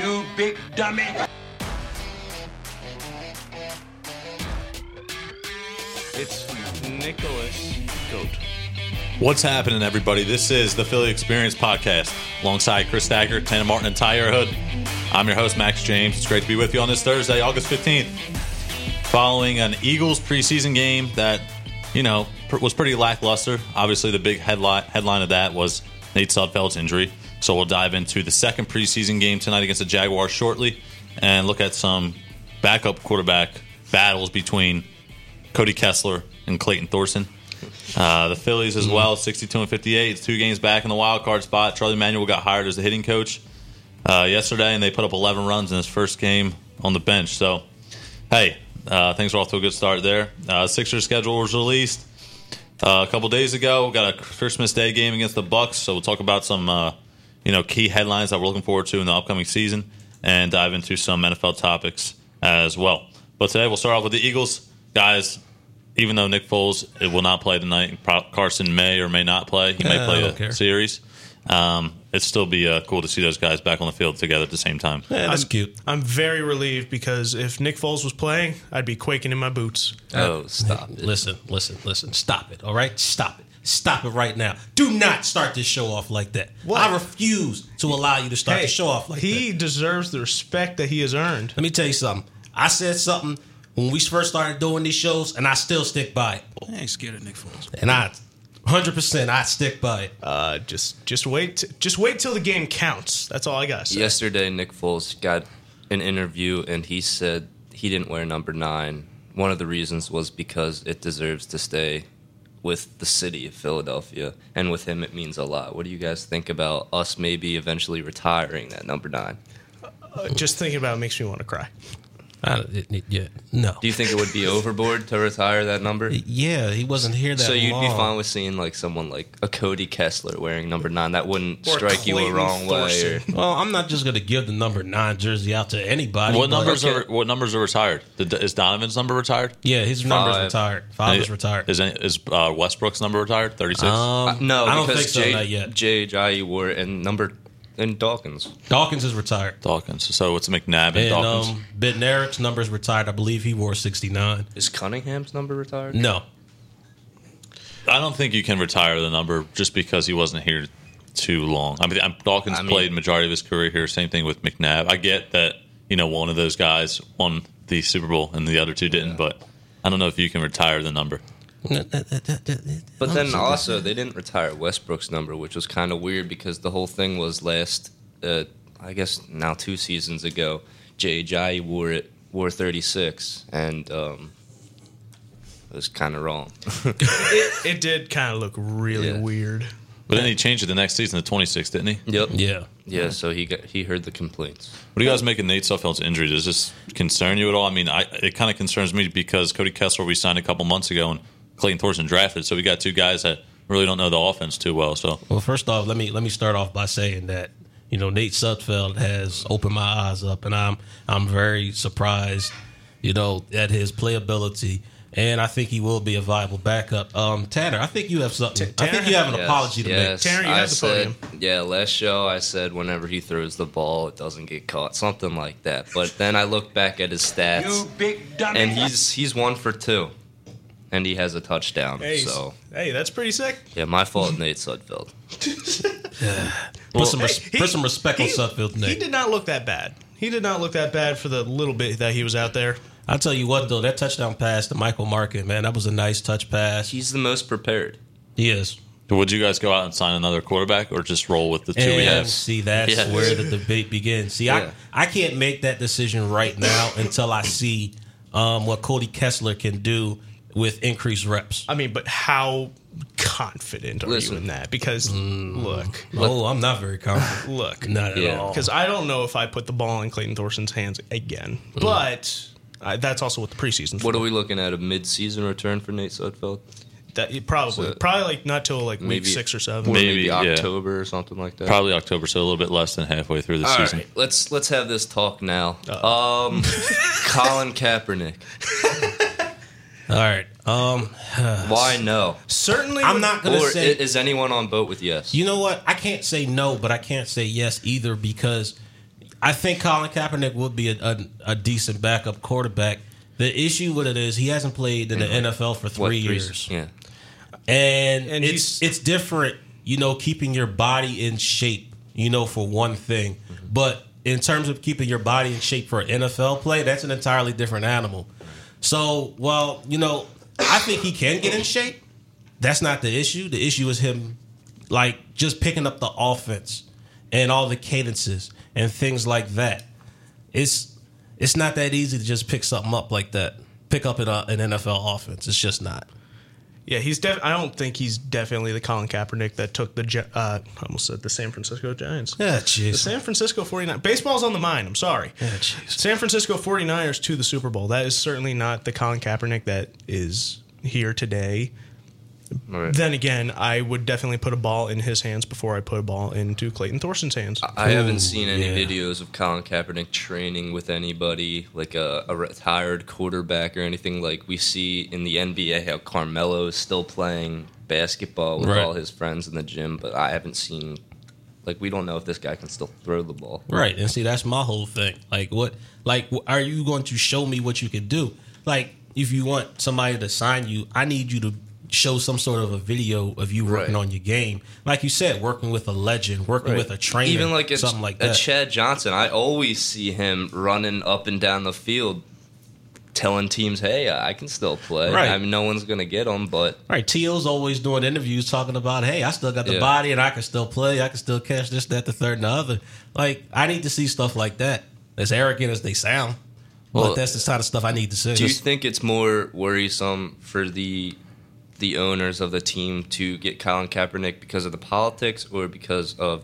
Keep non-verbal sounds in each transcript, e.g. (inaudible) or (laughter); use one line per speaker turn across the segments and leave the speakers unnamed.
You big dummy.
It's Nicholas Goat.
What's happening, everybody? This is the Philly Experience Podcast alongside Chris Stacker, Tana Martin, and Tyre Hood. I'm your host, Max James. It's great to be with you on this Thursday, August 15th, following an Eagles preseason game that, you know, pr- was pretty lackluster. Obviously, the big headline, headline of that was Nate Sudfeld's injury. So we'll dive into the second preseason game tonight against the Jaguars shortly and look at some backup quarterback battles between Cody Kessler and Clayton Thorson. Uh, the Phillies as well, 62 and 58. It's two games back in the wild card spot. Charlie Manuel got hired as the hitting coach uh, yesterday, and they put up 11 runs in his first game on the bench. So, hey, uh, things are off to a good start there. Uh, Sixers schedule was released uh, a couple days ago. We got a Christmas Day game against the Bucks, so we'll talk about some uh, you know key headlines that we're looking forward to in the upcoming season, and dive into some NFL topics as well. But today we'll start off with the Eagles, guys. Even though Nick Foles it will not play tonight, and Pro- Carson may or may not play. He may
Yeah, Uh, I
play
don't
a
care.
series. Um, it'd still be uh, cool to see those guys back on the field together at the same time.
that's
I'm-
cute.
I'm very relieved because if Nick Foles was playing, I'd be quaking in my boots.
Oh, stop it.
Listen, listen, listen. Stop it. All right, stop it. Stop it right now. Do not start this show off like that.
What?
I refuse to allow you to start the show off like that.
he deserves the respect that he has earned.
Let me tell you something. I said something when we first started doing these shows, and I still stick by it.
I ain't scared of Nick Foles.
And I, hundred percent, I stick by it.
Uh, just just wait t- just wait till the game counts. That's all I got. to say.
Yesterday, Nick Foles got an interview and he said he didn't wear number nine. One of the reasons was because it deserves to stay with the city of Philadelphia, and with him, it means a lot. What do you guys think about us maybe eventually retiring that number nine?
Uh, just thinking about it makes me want to cry.
I, it, it- yeah, no.
Do you think it
(laughs)
would be overboard to retire that number?
yeah, he wasn't here that
So you'd
long.
be fine with seeing like someone like a Cody Kessler wearing number nine. That wouldn't
Or
strike you a
Clayton
wrong way. Or,
Thorson.
well, I'm not just gonna give the number nine jersey out to anybody.
What
but-
numbers are what numbers are retired? Did, is Donovan's number retired?
Yeah, his number's
Five.
retired. Five is retired.
Is any, is uh, Westbrook's number retired? Thirty six.
Um,
Uh, no,
I don't think
because
so.
Jay,
Not yet.
Jay Ajayi wore it and number and Dawkins.
Dawkins is retired.
Dawkins. So it's McNabb and,
And
Dawkins.
um, Ben Eric's number is retired. I believe he wore 69.
Is Cunningham's number retired?
No.
I don't think you can retire the number just because he wasn't here too long. I mean, I'm- Dawkins
I mean-
played majority of his career here. Same thing with McNabb. I get that you know one of those guys won the Super Bowl and the other two didn't, but I don't know if you can retire the number.
But then also, they didn't retire Westbrook's number, which was kind of weird because the whole thing was last, uh, I guess now two seasons ago, Jay Ajayi wore it, wore 36, and um, it was kind
(laughs)
of wrong.
It, it did kind of look really
Yeah.
weird.
But then he changed it the next season to 26, didn't he?
Yep.
Yeah.
Yeah, so he got, he heard the complaints.
What do you guys make of Nate Suffeld's injury? Does this concern you at all? I mean, I, it kind of concerns me because Cody Kessler we signed a couple months ago and Clayton Thorson drafted, so we got two guys that really don't know the offense too well. So
Well, first off, let me let me start off by saying that you know Nate Sudfeld has opened my eyes up, and I'm I'm very surprised, you know, at his playability, and I think he will be a viable backup. Um, Tanner, I think you have something. I think you have an
Yes,
apology to
yes,
Tanner, you
I
have the
said,
podium.
Yeah, last show I said whenever he throws the ball, it doesn't get caught, something like that. But then I look back at his stats.
You big dummy.
and he's he's one for two, and he has a touchdown.
Hey,
So
hey, that's pretty sick.
yeah, my fault, Nate Sudfeld.
make. Put some res- put some respect
he-
on Sudfeld,
He
Nate.
did not look that bad. He did not look that bad for the little bit that he was out there.
I'll tell you what though, that touchdown pass to Michael Market, man, that was a nice touch pass.
He's the most prepared.
He is.
would you guys go out and sign another quarterback or just roll with the two we
And
have?
see, that's
Yes.
where the debate begins. See,
Yeah.
I, I can't make that decision right now until I see um, what Cody Kessler can do with increased reps.
I mean, but how confident are
Listen.
you in that? Because look,
oh, I'm not very confident.
look,
Not at
Yeah.
all.
because I don't know if I put the ball in Clayton Thorson's hands again. But uh, that's also what the preseason.
What are we looking at? A mid-season return for Nate Sudfeld?
That it probably
So-
probably like not till like week
Maybe-
six or seven.
Or
Maybe,
maybe,
yeah.
October or something like that.
Probably October, so a little bit less than halfway through the
All
season.
right, let's let's have this talk now.
(laughs)
Um, Colin Kaepernick.
all right. Um,
Why no?
Certainly,
I'm not
Or
going to
i-
say.
is anyone on boat with yes?
you know what? I can't say no, but I can't say yes either because I think Colin Kaepernick would be a, a, a decent backup quarterback. The issue with it is he hasn't played in the NFL for three
What,
years,
Yeah.
and,
And
it's
he's-
it's different. You know, keeping your body in shape, you know, for one thing, but in terms of keeping your body in shape for an NFL play, that's an entirely different animal. So, well, you know, I think he can get in shape. That's not the issue. The issue is him like just picking up the offense and all the cadences and things like that. It's it's not that easy to just pick something up like that. Pick up an, uh, an NFL offense. It's just not.
Yeah, he's def. I don't think he's definitely the Colin Kaepernick that took the. Gi- Uh, I almost said the San Francisco Giants.
Yeah,
The
jeez.
San Francisco 49 baseball's on the mind. I'm sorry.
jeez.
San Francisco 49ers to the Super Bowl. That is certainly not the Colin Kaepernick that is here today.
Right.
Then again, I would definitely put a ball in his hands before I put a ball into Clayton Thorson's hands.
I
Ooh,
haven't seen any
yeah.
videos of Colin Kaepernick training with anybody, like a, a retired quarterback or anything like we see in the NBA how Carmelo is still playing basketball with
Right.
all his friends in the gym, but I haven't seen like we don't know if this guy can still throw the ball.
Right, and see that's my whole thing. Like what? Like wh- are you going to show me what you can do? Like if you want somebody to sign you, I need you to show some sort of a video of you working
Right.
on your game. Like you said, working with a legend, working with a trainer,
Even like a,
something like
a
that.
Chad Johnson, I always see him running up and down the field, telling teams, "Hey, I can still play.
Right.
I mean, no one's gonna get him, but
Right, Teal's always doing interviews talking about, hey, I still got the
Yeah.
body and I can still play, I can still catch this, that, the third, and the other. Like, I need to see stuff like that. As arrogant as they sound, but
Well,
that's the kind of stuff I need to see.
Do you think it's more worrisome for the the owners of the team to get Colin Kaepernick because of the politics or because of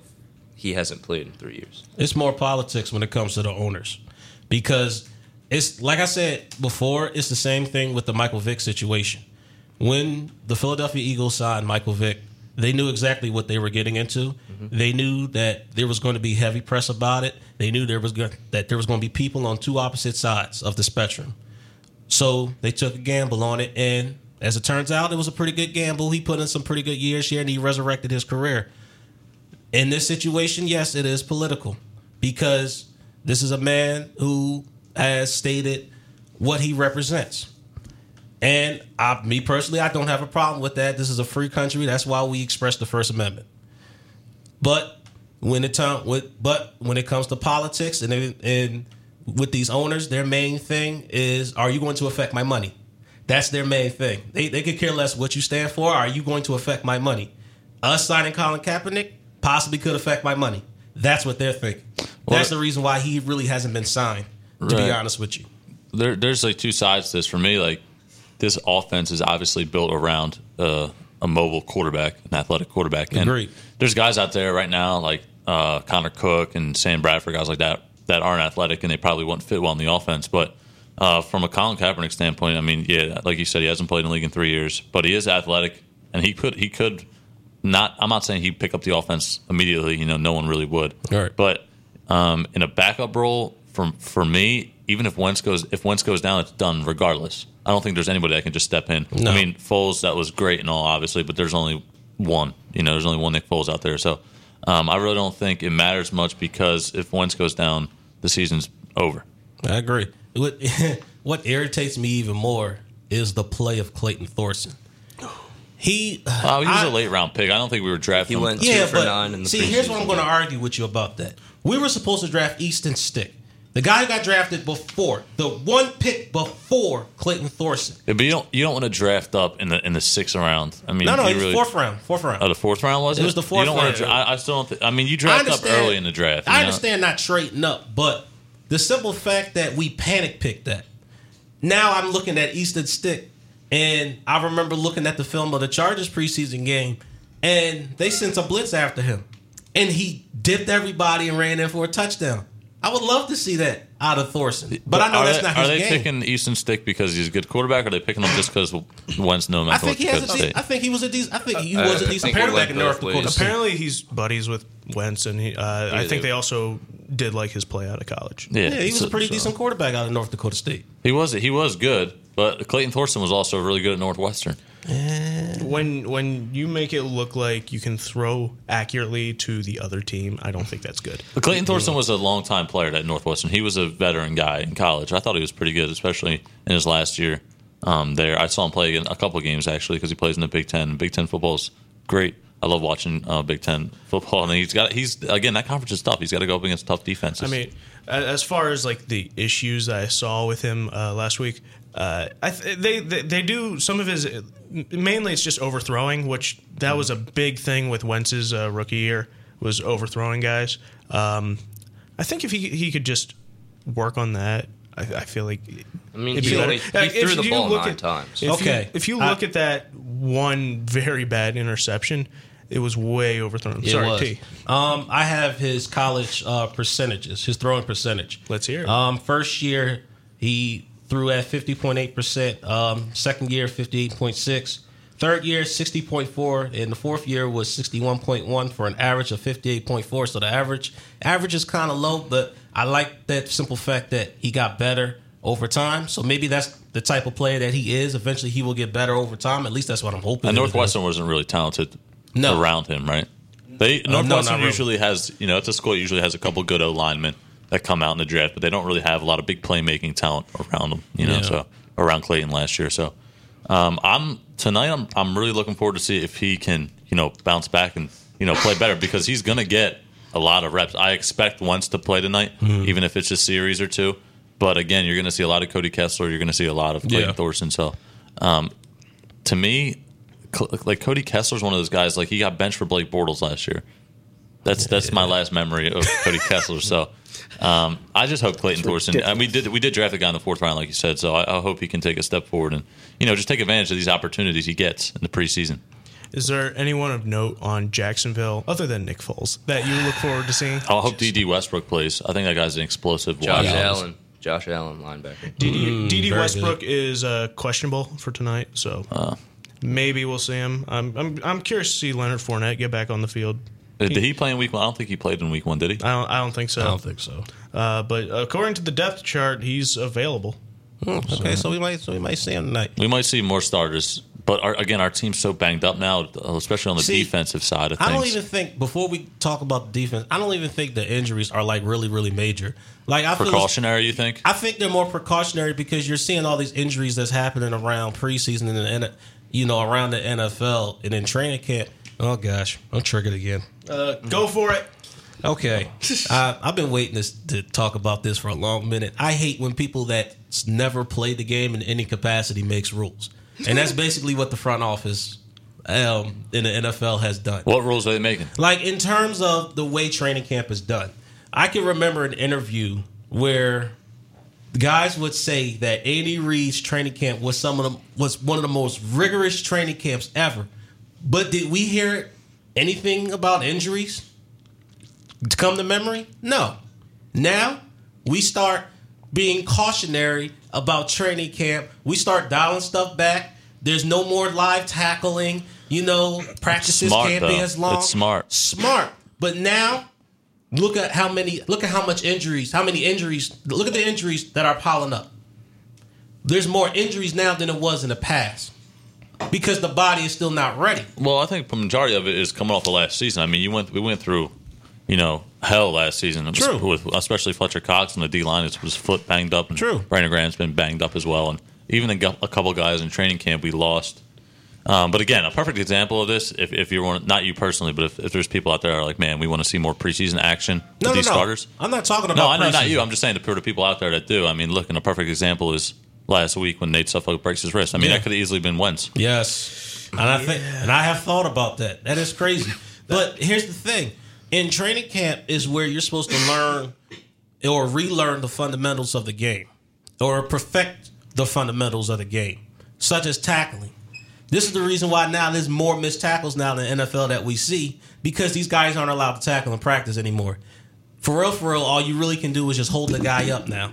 he hasn't played in three years?
it's more politics when it comes to the owners because it's like I said before, it's the same thing with the Michael Vick situation. When the Philadelphia Eagles signed Michael Vick, they knew exactly what they were getting into. They knew that there was going to be heavy press about it. They knew there was going that there was going to be people on two opposite sides of the spectrum. So they took a gamble on it, and as it turns out, it was a pretty good gamble. He put in some pretty good years here, and he resurrected his career. In this situation, yes, it is political because this is a man who has stated what he represents. And I, me personally, I don't have a problem with that. This is a free country. That's why we express the First Amendment. But when it time, with, but when it comes to politics and and with these owners, their main thing is: Are you going to affect my money? That's their main thing. They they could care less what you stand for. Are you going to affect my money? Us signing Colin Kaepernick possibly could affect my money. That's what they're thinking. That's the reason why he really hasn't been signed. To be
Right.
honest with you,
there, there's like two sides to this for me. Like this offense is obviously built around uh, a mobile quarterback, an athletic quarterback. And
Agreed.
There's guys out there right now like uh, Connor Cook and Sam Bradford, guys like that that aren't athletic and they probably wouldn't fit well in the offense. But uh, from a Colin Kaepernick standpoint, I mean, yeah, like you said, he hasn't played in the league in three years, but he is athletic and he could he could not. I'm not saying he'd pick up the offense immediately. You know, no one really would.
Right.
But um, in a backup role, for for me, even if Wentz goes if Wentz goes down, it's done regardless. I don't think there's anybody that can just step in.
No.
I mean, Foles that was great and all, obviously, but there's only one. You know, there's only one Nick Foles out there. So um, I really don't think it matters much because if Wentz goes down, the season's over.
I agree. What (laughs) what irritates me even more is the play of Clayton Thorson. He
Oh, he was
I-
a late round pick. I don't think we were drafting.
He went
him.
two
yeah,
for
but
nine in the
see, here's what
preseason.
I'm going to argue with you about that. We were supposed to draft Easton Stick, the guy who got drafted before, the one pick before Clayton Thorson.
Yeah, But you don't you don't want to draft up in the in the sixth round. I mean,
No, no,
you
it was
really-
fourth round, fourth round.
Oh, the fourth round was
It
it?
was the fourth
you don't wanna
round.
dra- I, I still don't. Think, I mean, you draft up
understand-
early in the draft. you
I
know?
understand not trading up, but the simple fact that we panic picked that. Now I'm looking at Easton Stick, and I remember looking at the film of the Chargers preseason game, and they sent a blitz after him, and he dipped everybody and ran in for a touchdown. I would love to see that out of Thorson, but, I know
are
that's
they,
not
Are
his
they
game.
picking Easton Stick because he's a good quarterback, or are they picking him just because Wentz no
I
matter
think
what
he has a
Dakota
decent.
State?
I think he was a decent. I think he
I-
was a
Uh, I
decent
think it
quarterback
went
in North
both
Dakota.
ways.
State.
Apparently, he's buddies with Wentz, and he, uh, I think
they-
they also did like his play out of college.
Yeah, he was
so-
a pretty
so-
decent quarterback out of North Dakota State.
He was he was good, But Clayton Thorson was also really good at Northwestern.
When when you make it look like you can throw accurately to the other team, I don't think that's good.
But Clayton Thorson was a longtime player at Northwestern. He was a veteran guy in college. I thought he was pretty good, especially in his last year um, there. I saw him play in a couple games actually because he plays in the Big Ten. Big Ten football is great. I love watching uh, Big Ten football, and he's got he's again that conference is tough. He's got to go up against tough defenses.
I mean, a- as far as like the issues I saw with him uh, last week, uh, I th- they, they they do some of his mainly it's just overthrowing, which that was a big thing with Wentz's uh, rookie year was overthrowing guys. Um, I think if he he could just work on that, I, I feel like.
I mean,
it'd
he
be
only-
better.
he
Uh, if
threw the
you
ball
look
nine
at-
times.
if you-
Okay.
if you look at that one very bad interception, it was way overthrown.
It
Sorry,
was.
T.
Um, I have his college uh, percentages, his throwing percentage.
Let's hear it.
Um, first year he threw at fifty point eight percent. Um, second year fifty eight point six. Third year sixty point four, and the fourth year was sixty one point one for an average of fifty eight point four. So the average average is kind of low, but I like that simple fact that he got better over time. So maybe that's the type of player that he is. Eventually, he will get better over time. At least that's what I'm hoping.
and
that it
Northwestern wasn't really talented
No. Uh,
around him, right? They
no,
Northwestern
not really.
usually has you know it's a school that usually has a couple good O linemen that come out in the draft, but they don't really have a lot of big playmaking talent around them. You know,
Yeah.
so around Clayton last year, so um, I'm tonight. I'm I'm really looking forward to see if he can you know bounce back and you know play better because he's gonna get a lot of reps. I expect once to play tonight, even if it's a series or two. But again, you're gonna see a lot of Cody Kessler. You're gonna see a lot of Clayton
Yeah.
Thorson. So um, to me, Cl- like Cody Kessler's one of those guys. Like he got benched for Blake Bortles last year. That's that's my last memory of Cody Kessler. So um, I just hope Clayton Thorson. And we did we did draft the guy in the fourth round, like you said. So I, I hope he can take a step forward and you know just take advantage of these opportunities he gets in the preseason.
Is there anyone of note on Jacksonville other than Nick Foles that you look forward to seeing?
I hope DD Westbrook plays. I think that guy's an explosive.
Josh
wild.
Allen, Josh Allen, linebacker.
DD DD
Mm, very
Westbrook is uh, questionable for tonight, so
Uh.
maybe we'll see him. I'm, I'm I'm curious to see Leonard Fournette get back on the field.
Uh, Did he play in week one? I don't think he played in week one. Did he?
I don't I don't think so.
I don't think so.
uh, but according to the depth chart, he's available.
Okay, so we might so we might see him tonight.
We might see more starters, but our, again, our team's so banged up now, especially on the
See,
defensive side of things.
I don't even think before we talk about the defense, I don't even think the injuries are like really, really major. Like I feel it's-
precautionary. You think?
I think they're more precautionary because you're seeing all these injuries that's happening around preseason and the N- you know around the NFL and in training camp. Oh gosh, I'm triggered again.
Uh, go
Mm-hmm.
for it.
Okay, I, I've been waiting to, to talk about this for a long minute. I hate when people that s- never played the game in any capacity makes rules, and that's basically what the front office um, in the NFL has done.
What rules are they making?
Like in terms of the way training camp is done, I can remember an interview where the guys would say that Andy Reid's training camp was some of the was one of the most rigorous training camps ever. But did we hear anything about injuries to come to memory? No. Now we start being cautionary about training camp. We start dialing stuff back. There's no more live tackling. You know, practices
Smart,
can't be
though.
as long.
It's smart.
Smart. But now look at how many look at how much injuries, how many injuries, look at the injuries that are piling up. There's more injuries now than it was in the past. Because the body is still not ready.
Well, I think the majority of it is coming off the last season. I mean, you went we went through, you know, hell last season.
True.
With, especially Fletcher Cox on the D line, his, his foot banged up. And
True.
Brandon Graham's been banged up as well, and even a, gu- a couple guys in training camp we lost. Um, but again, a perfect example of this. If, if you're one, not you personally, but if, if there's people out there that are like, man, we want to see more preseason action with
No, no, no.
these starters.
I'm not talking about
No, I know not
preseason.
you. I'm just saying the people out there that do. I mean, look, and a perfect example is last week when Nate Suffolk breaks his wrist. I mean,
Yeah.
that could have easily been Wentz.
Yes. And I think and I have thought about that. That is (laughs) crazy. But here's the thing. In training camp is where you're supposed to learn or relearn the fundamentals of the game or perfect the fundamentals of the game, such as tackling. This is the reason why now there's more missed tackles now in the NFL that we see because these guys aren't allowed to tackle in practice anymore. For real, for real, all you really can do is just hold the guy up now.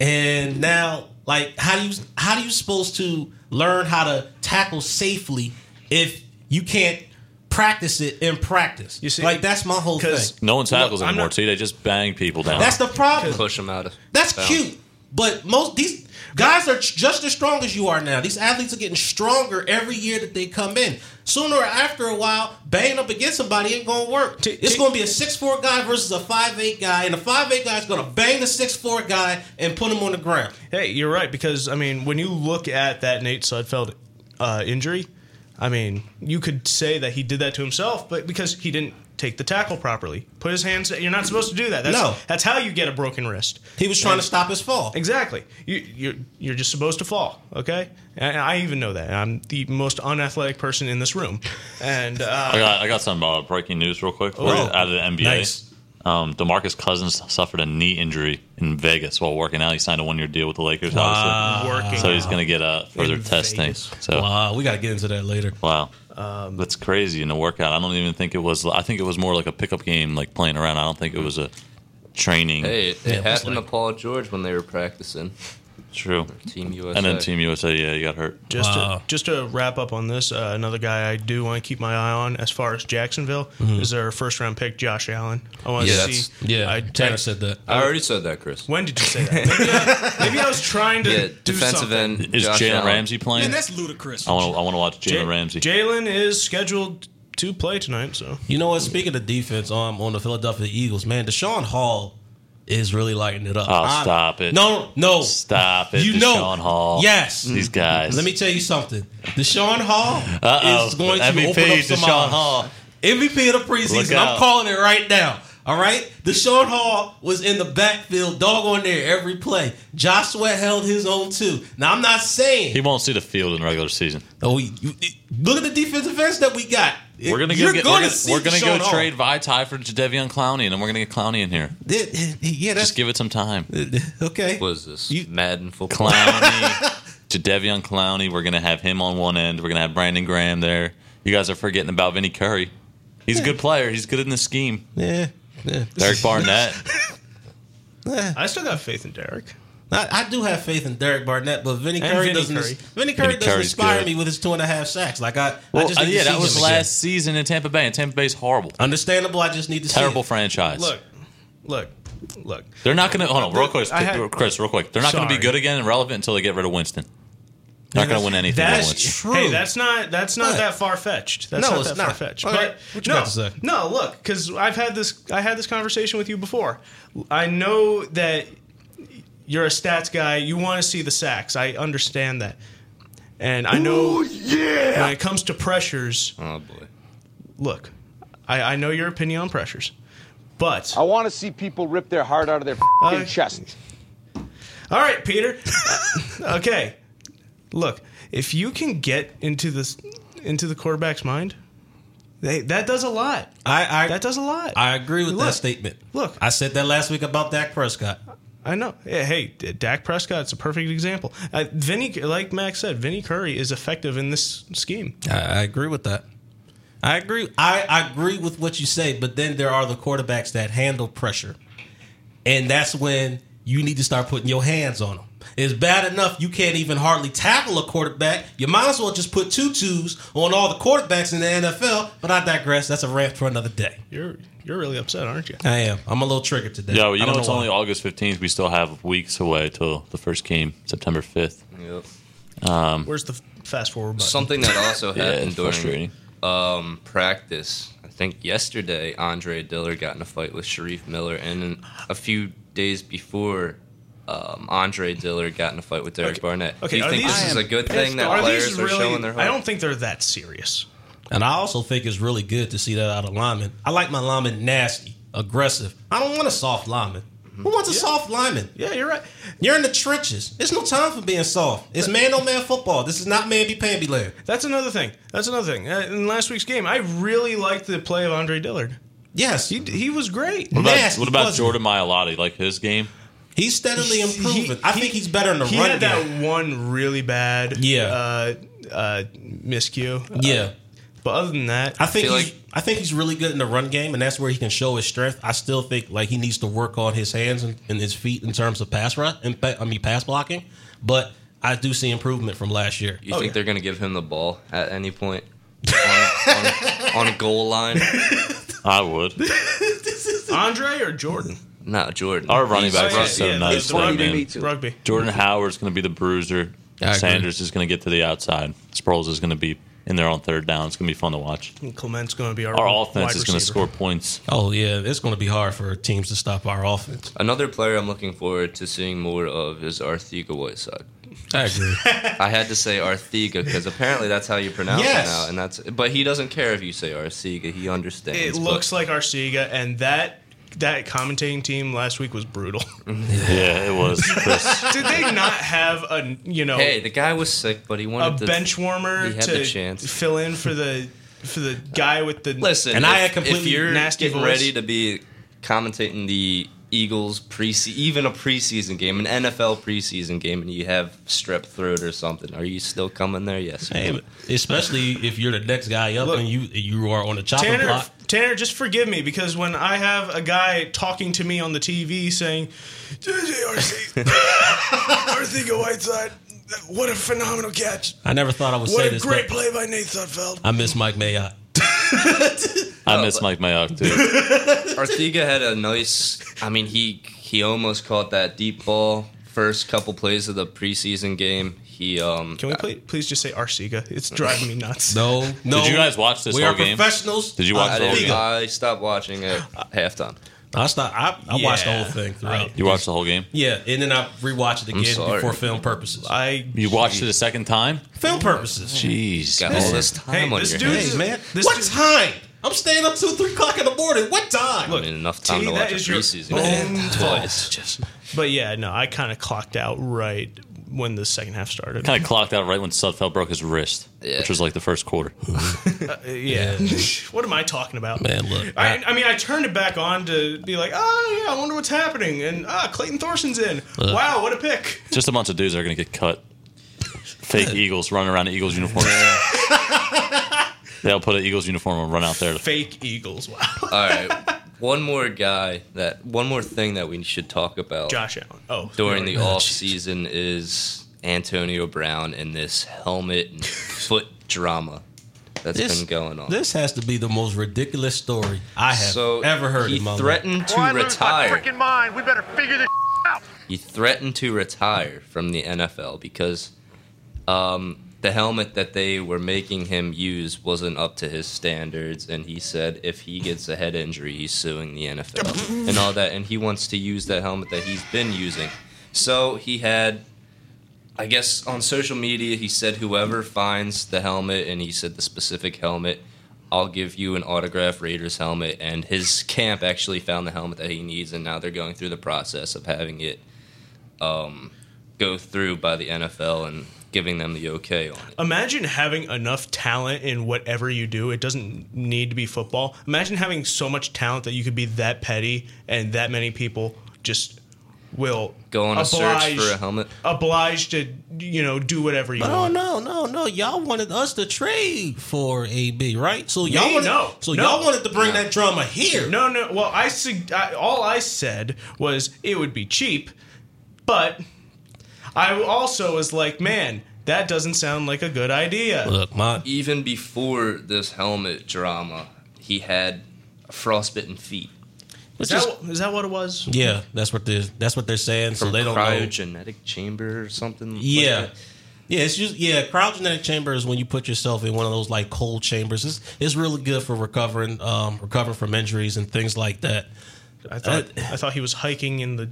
And now, like, how do you how do you supposed to learn how to tackle safely if you can't practice it in practice?
You see,
like that's my whole thing.
'cause-
No one tackles
Look, I'm
anymore.
not-
See, they just bang people down.
That's the problem.
Push him out of.
That's
bounds.
cute. But most these guys are just as strong as you are now. These athletes are getting stronger every year that they come in. Sooner or after a while, banging up against somebody ain't gonna work.
T-
it's
t-
gonna be a six four guy versus a five eight guy, and the five eight guy is gonna bang the six four guy and put him on the ground.
Hey, you're right because I mean, when you look at that Nate Sudfeld uh, injury, I mean, you could say that he did that to himself, but because he didn't take the tackle properly, put his hands. You're not supposed to do that. That's,
No.
that's how you get a broken wrist.
He was trying to stop his fall.
Exactly. You, you're you're just supposed to fall. Okay, and I even know that. I'm the most unathletic person in this room, and
I
uh,
got I got some uh, breaking news real quick for you
Oh.
out of the NBA.
Nice.
Um, Demarcus Cousins suffered a knee injury in Vegas while working out. He signed a one year deal with the Lakers, obviously.
working.
So he's going to get uh, further
In
testing.
Vegas.
So wow,
Wow, uh, we gotta get into that later.
Um,
that's crazy in a workout. I don't even think it was. I think it was more like a pickup game, like playing around. I don't think it was a training.
Hey, it
Yeah, that's
happened
like-
to Paul George when they were practicing.
True.
Team USA.
And then Team USA, yeah, he got hurt.
just
Wow.
to, just to wrap up on this, uh, another guy I do want to keep my eye on as far as Jacksonville is their first round pick, Josh Allen. I want
Yeah,
to
that's-
see.
Yeah,
I,
Tanner
I-
said that.
I already said that, Chris.
When did you say that? Maybe I, maybe I was trying to
Yeah,
do
defensive
something.
end.
Is
Josh
Jalen
Allen.
Ramsey playing?
Man, that's ludicrous.
I
Oh,
want to. I want to watch
Ja-
Jalen Ramsey.
Jalen is scheduled to play tonight, so
You know what? Speaking of defense, um, on the Philadelphia Eagles, man, Deshaun Hall is really lighting it up.
Oh, stop it.
No, no.
Stop it,
You know-
Deshaun Hall.
Yes. Mm-hmm.
these guys.
Let me tell you something. Deshaun Hall
Uh-oh.
is going to
MVP,
open up some
Deshaun
eyes.
Hall.
MVP of the
Look
preseason.
out.
I'm calling it right now. All right, Deshaun Hall was in the backfield, dog on there every play. Josh Sweat held his own too. Now I'm not saying.
He won't see the field in the regular season.
oh, you, you- look at the defensive ends that we got.
We're gonna
You're
go get.
gonna
We're gonna,
see
we're gonna go
Deshaun Hall.
trade Vitae for Jadeveon Clowney, and then we're gonna get Clowney in here.
Yeah, that's
Just give it some
(laughs)
time.
okay.
What is this?
You-
Madden football.
Clowney, Jadeveon Clowney. We're gonna have him on one end. We're gonna have Brandon Graham there. You guys are forgetting about Vinny Curry. He's a good player. He's good in the scheme.
Yeah. yeah.
Derek
(laughs)
Barnett.
I still got faith in Derek.
I, I do have faith in Derek Barnett, but Vinny
And
Curry
Vinny
doesn't.
Curry.
Vinny Curry
Vinny
doesn't
Curry's
inspire
good.
me with his two and a half sacks. Like I, I
Well, uh,
just need
yeah,
to
that
see
was
him
last
again.
season in Tampa Bay, and Tampa Bay's horrible,
Understandable. I just need to
terrible
see.
franchise.
Look, look, look.
They're not going to hold on, real quick,
I had-
Chris. Real quick, they're not going to be
Sorry.
good again and relevant until they get rid of Winston. They're not going to win anything. with
(laughs)
Winston.
That's
true.
Hey, that's not that's not
What?
that far fetched. That's
No,
not
it's
that
not.
far fetched.
All
but
right. What you
no,
got to say?
no, look, because I've had this I had this conversation with you before. I know that you're a stats guy. You want to see the sacks. I understand that, and I know when it comes to pressures.
Oh boy.
Look, I, I know your opinion on pressures, but
Oh.
I want to see people rip their heart out of their fing
Uh,
chest.
All right, Peter. (laughs) okay. Look, if you can get into this into the quarterback's mind, they, that does a lot.
I, I,
That does a lot.
I agree with that
Look,
statement.
look.
I said that last week about Dak Prescott.
I know. Yeah, Hey, Dak Prescott's a perfect example. Uh, Vinny, like Max said, Vinny Curry is effective in this scheme.
I, I agree with that. I agree. I, I agree with what you say, but then there are the quarterbacks that handle pressure, and that's when you need to start putting your hands on them. It's bad enough you can't even hardly tackle a quarterback. You might as well just put two twos on all the quarterbacks in the NFL. But I digress. That's a rant for another day.
You're you're really upset, aren't you?
I am. I'm a little triggered today.
Yeah, well,
I
you
don't
know, it's
why.
only August 15th. We still have weeks away till the first game, September 5th.
Yep.
Where's the f- fast forward button?
Something that also
Yeah,
happened
it's
during
frustrating.
um, practice. I think yesterday Andre Diller got in a fight with Sharif Miller, and a few days before, um, Andre Diller got in a fight with Derek Barnett.
Okay,
Do you
are
think
these-
this is
I
a
am
good thing that
Are
players
these
are
really?
showing their heart?
I don't think they're that serious.
And I also think it's really good to see that out of linemen. I like my lineman nasty, aggressive. I don't want a soft lineman. Who wants a soft lineman?
Yeah, you're right.
You're in the trenches. There's no time for being soft. It's man on man football. This is not man be pamby land.
That's another thing. That's another thing. Uh, in last week's game, I really liked the play of Andre Dillard.
Yes,
He, he was great.
What about,
Nasty,
what about
wasn't
Jordan Mailata? Like his game?
he's steadily
He-
improving. I think he's better in the
He
run
had
game.
that one really bad
Yeah.
uh, uh, miscue. Uh,
yeah.
but other than that,
I think
feel
he's,
like-
I think he's really good in the run game, and that's where he can show his strength. I still think like he needs to work on his hands and, and his feet in terms of pass rush and pa- I mean pass blocking. But I do see improvement from last year.
You think they're going to give him the ball at
(laughs)
any point on, on, on goal line?
I would.
Andre or Jordan?
Not Jordan.
Our running
He's-
backs are so
yeah,
nice.
the rugby.
man.
Me too. Rugby.
Jordan Howard's going to be the bruiser.
I agree.
Sanders is going to get to the outside. Sproles is going to be in there on third down. It's going to be fun to watch.
And Clement's going to be our,
Our
wide
offense is going to
receiver.
score points.
Oh yeah, it's going to be hard for teams to stop our offense.
Another player I'm looking forward to seeing more of is Arthiga Whiteside.
I agree.
I had to say Arthiga because apparently that's how you pronounce
Yes.
it now, and that's. But he doesn't care if you say Arthiga. He understands.
It
but-
looks like our Sega, and that that commentating team last week was brutal.
(laughs) Yeah, it was.
(laughs)
Chris.
Did they not have a you know
Hey, the guy was sick, but he
a
wanted to
bench warmer
he had
to
the chance.
fill in for the for the guy with the
Listen,
And
if,
I had
if
completely
you're
nasty
getting
voice.
ready to be commentating the Eagles pre even a preseason game, an NFL preseason game, and you have strep throat or something, are you still coming there? Yes. you
(laughs) Hey,
will.
but especially if you're the next guy up
Look.
and you you are on the chopping
Tanner,
block.
Tanner, just forgive me because when I have a guy talking to me on the TV saying, JJRC, Arthiga Whiteside, what a phenomenal catch.
I never thought I would say
What a
this.
great
but
play by Nate Sudfeld.
I miss Mike Mayock.
I miss Mike Mayock, too.
Artiga had a nice. I mean, he he almost caught that deep ball first couple plays of the preseason game. He um.
Can we play, please just say Arcega? It's driving me nuts.
No, no.
Did you guys watch this
We
whole
are
game?
professionals. Uh,
Did you watch
I,
the whole
didn't-
game?
I stopped watching at halftime.
I stopped. I, I watched the
Yeah.
whole thing throughout.
You watched the whole game?
Yeah, and then I rewatched it again
sorry.
for film purposes.
I
You watched it a second time?
film purposes.
Jeez.
Got all
man.
this time
Hey,
on
this
your
dude-
hands.
Hey man,
This
what
dude-
time? I'm staying up two, three o'clock in the morning. What time?
I mean, enough time
T,
to
that
watch a
is your
preseason
own
game twice.
Just-
But yeah, no, I kind of clocked out right when the second half started.
Kind of clocked out right when Sudfeld broke his wrist,
Yeah.
which was like the first quarter.
Uh, yeah. (laughs) what am I talking about?
man, look.
I, I mean, I turned it back on to be like, oh, yeah, I wonder what's happening. And ah, Clayton Thorson's in. Wow, what a pick.
Just a bunch of dudes that are going to get cut. Fake Eagles running around in Eagles uniforms. (laughs) They'll put an Eagles uniform and run out there. to-
Fake Eagles. Wow.
All right, one more guy that one more thing that we should talk about
Josh Allen. Oh.
during the off season is Antonio Brown and this helmet and foot drama that's
This-
been going on.
This has to be the most ridiculous story I have
so
ever heard
he
in my life.
threatened to
Well, I lose my
retire.
freaking mind. We better figure this out.
He threatened to retire from the NFL because um, the helmet that they were making him use wasn't up to his standards, and he said if he gets a head injury, he's suing the NFL and all that, and he wants to use that helmet that he's been using. So he had, I guess, on social media, he said whoever finds the helmet, and he said the specific helmet. I'll give you an autograph Raiders helmet, and his camp actually found the helmet that he needs, and now they're going through the process of having it go through by the NFL and giving them the okay on it.
Imagine having enough talent in whatever you do. It doesn't need to be football. Imagine having so much talent that you could be that petty and that many people just will
Go on a search
oblige-
for a helmet.
Obliged to, you know, do whatever you
But oh
want.
no, no, no! Y'all wanted us to trade for AB, right? So y'all
Me?
wanted,
No.
so
No.
y'all wanted to bring that drama here.
No, no. Well, I, sug- I all I said was it would be cheap, but I also was like, man, that doesn't sound like a good idea.
Look, my
Even before this helmet drama, he had frostbitten feet
is, that, is that what it was?
yeah, that's what they that's what they're saying. So
from
they don't know.
cryogenetic chamber or something. like
Yeah.
that.
yeah, it's just yeah. Cryogenic chamber is when you put yourself in one of those like cold chambers. It's, it's really good for recovering, um, recovering from injuries and things like that.
I thought I thought he was hiking in the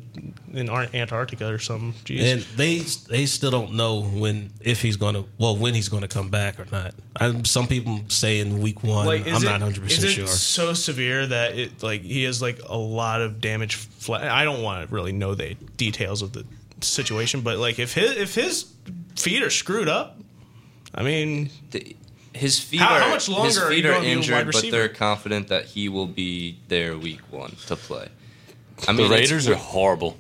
in Ar- Antarctica or something. Jeez.
And they they still don't know when if he's gonna well when he's gonna come back or not. I'm, some people say in week one.
like, is
I'm
it-
not 100
is
percent
it
sure.
so severe that it like he has like a lot of damage? Flat. I don't want to really know the details of the situation, but like if his if his feet are screwed up, I mean,
The- his feet
How-
are
how much longer
his
are you
feet
gonna be a wide
injured, but
receiver?
they're confident that he will be there week one to play. I
The
mean, it's-
Raiders are horrible.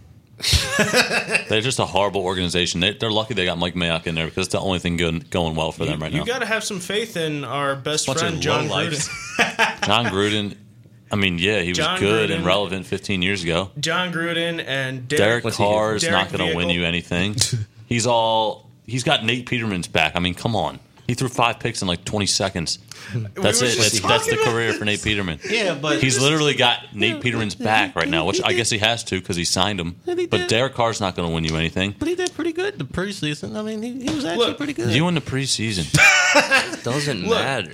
They're just a horrible organization. They, they're lucky they got Mike Mayock in there because it's the only thing good, going well for them right
you
now.
got to have some faith in our best
Bunch of
friend John
lowlifes.
Gruden.
John Gruden, I mean, yeah, he was
John
good
Gruden.
and relevant 15 years ago.
John Gruden and Derek,
Derek
What's he
Carr
do?
is
Derek
not going to win (laughs)
Vehicle.
you anything. he's all he's got Nate Peterman's back. I mean, come on. He threw five picks in like 20 seconds. That's
were
it. That's,
just
that's the
talking about
career for Nate Peterman.
Yeah, but
He's literally got Nate Peterman's back right now, which I guess he has to because he signed him.
And he
But
did.
Derek Carr's not going to win you anything.
But he did pretty good the preseason. I mean, he, he was actually
Look,
pretty good.
You in the preseason.
(laughs) Doesn't matter.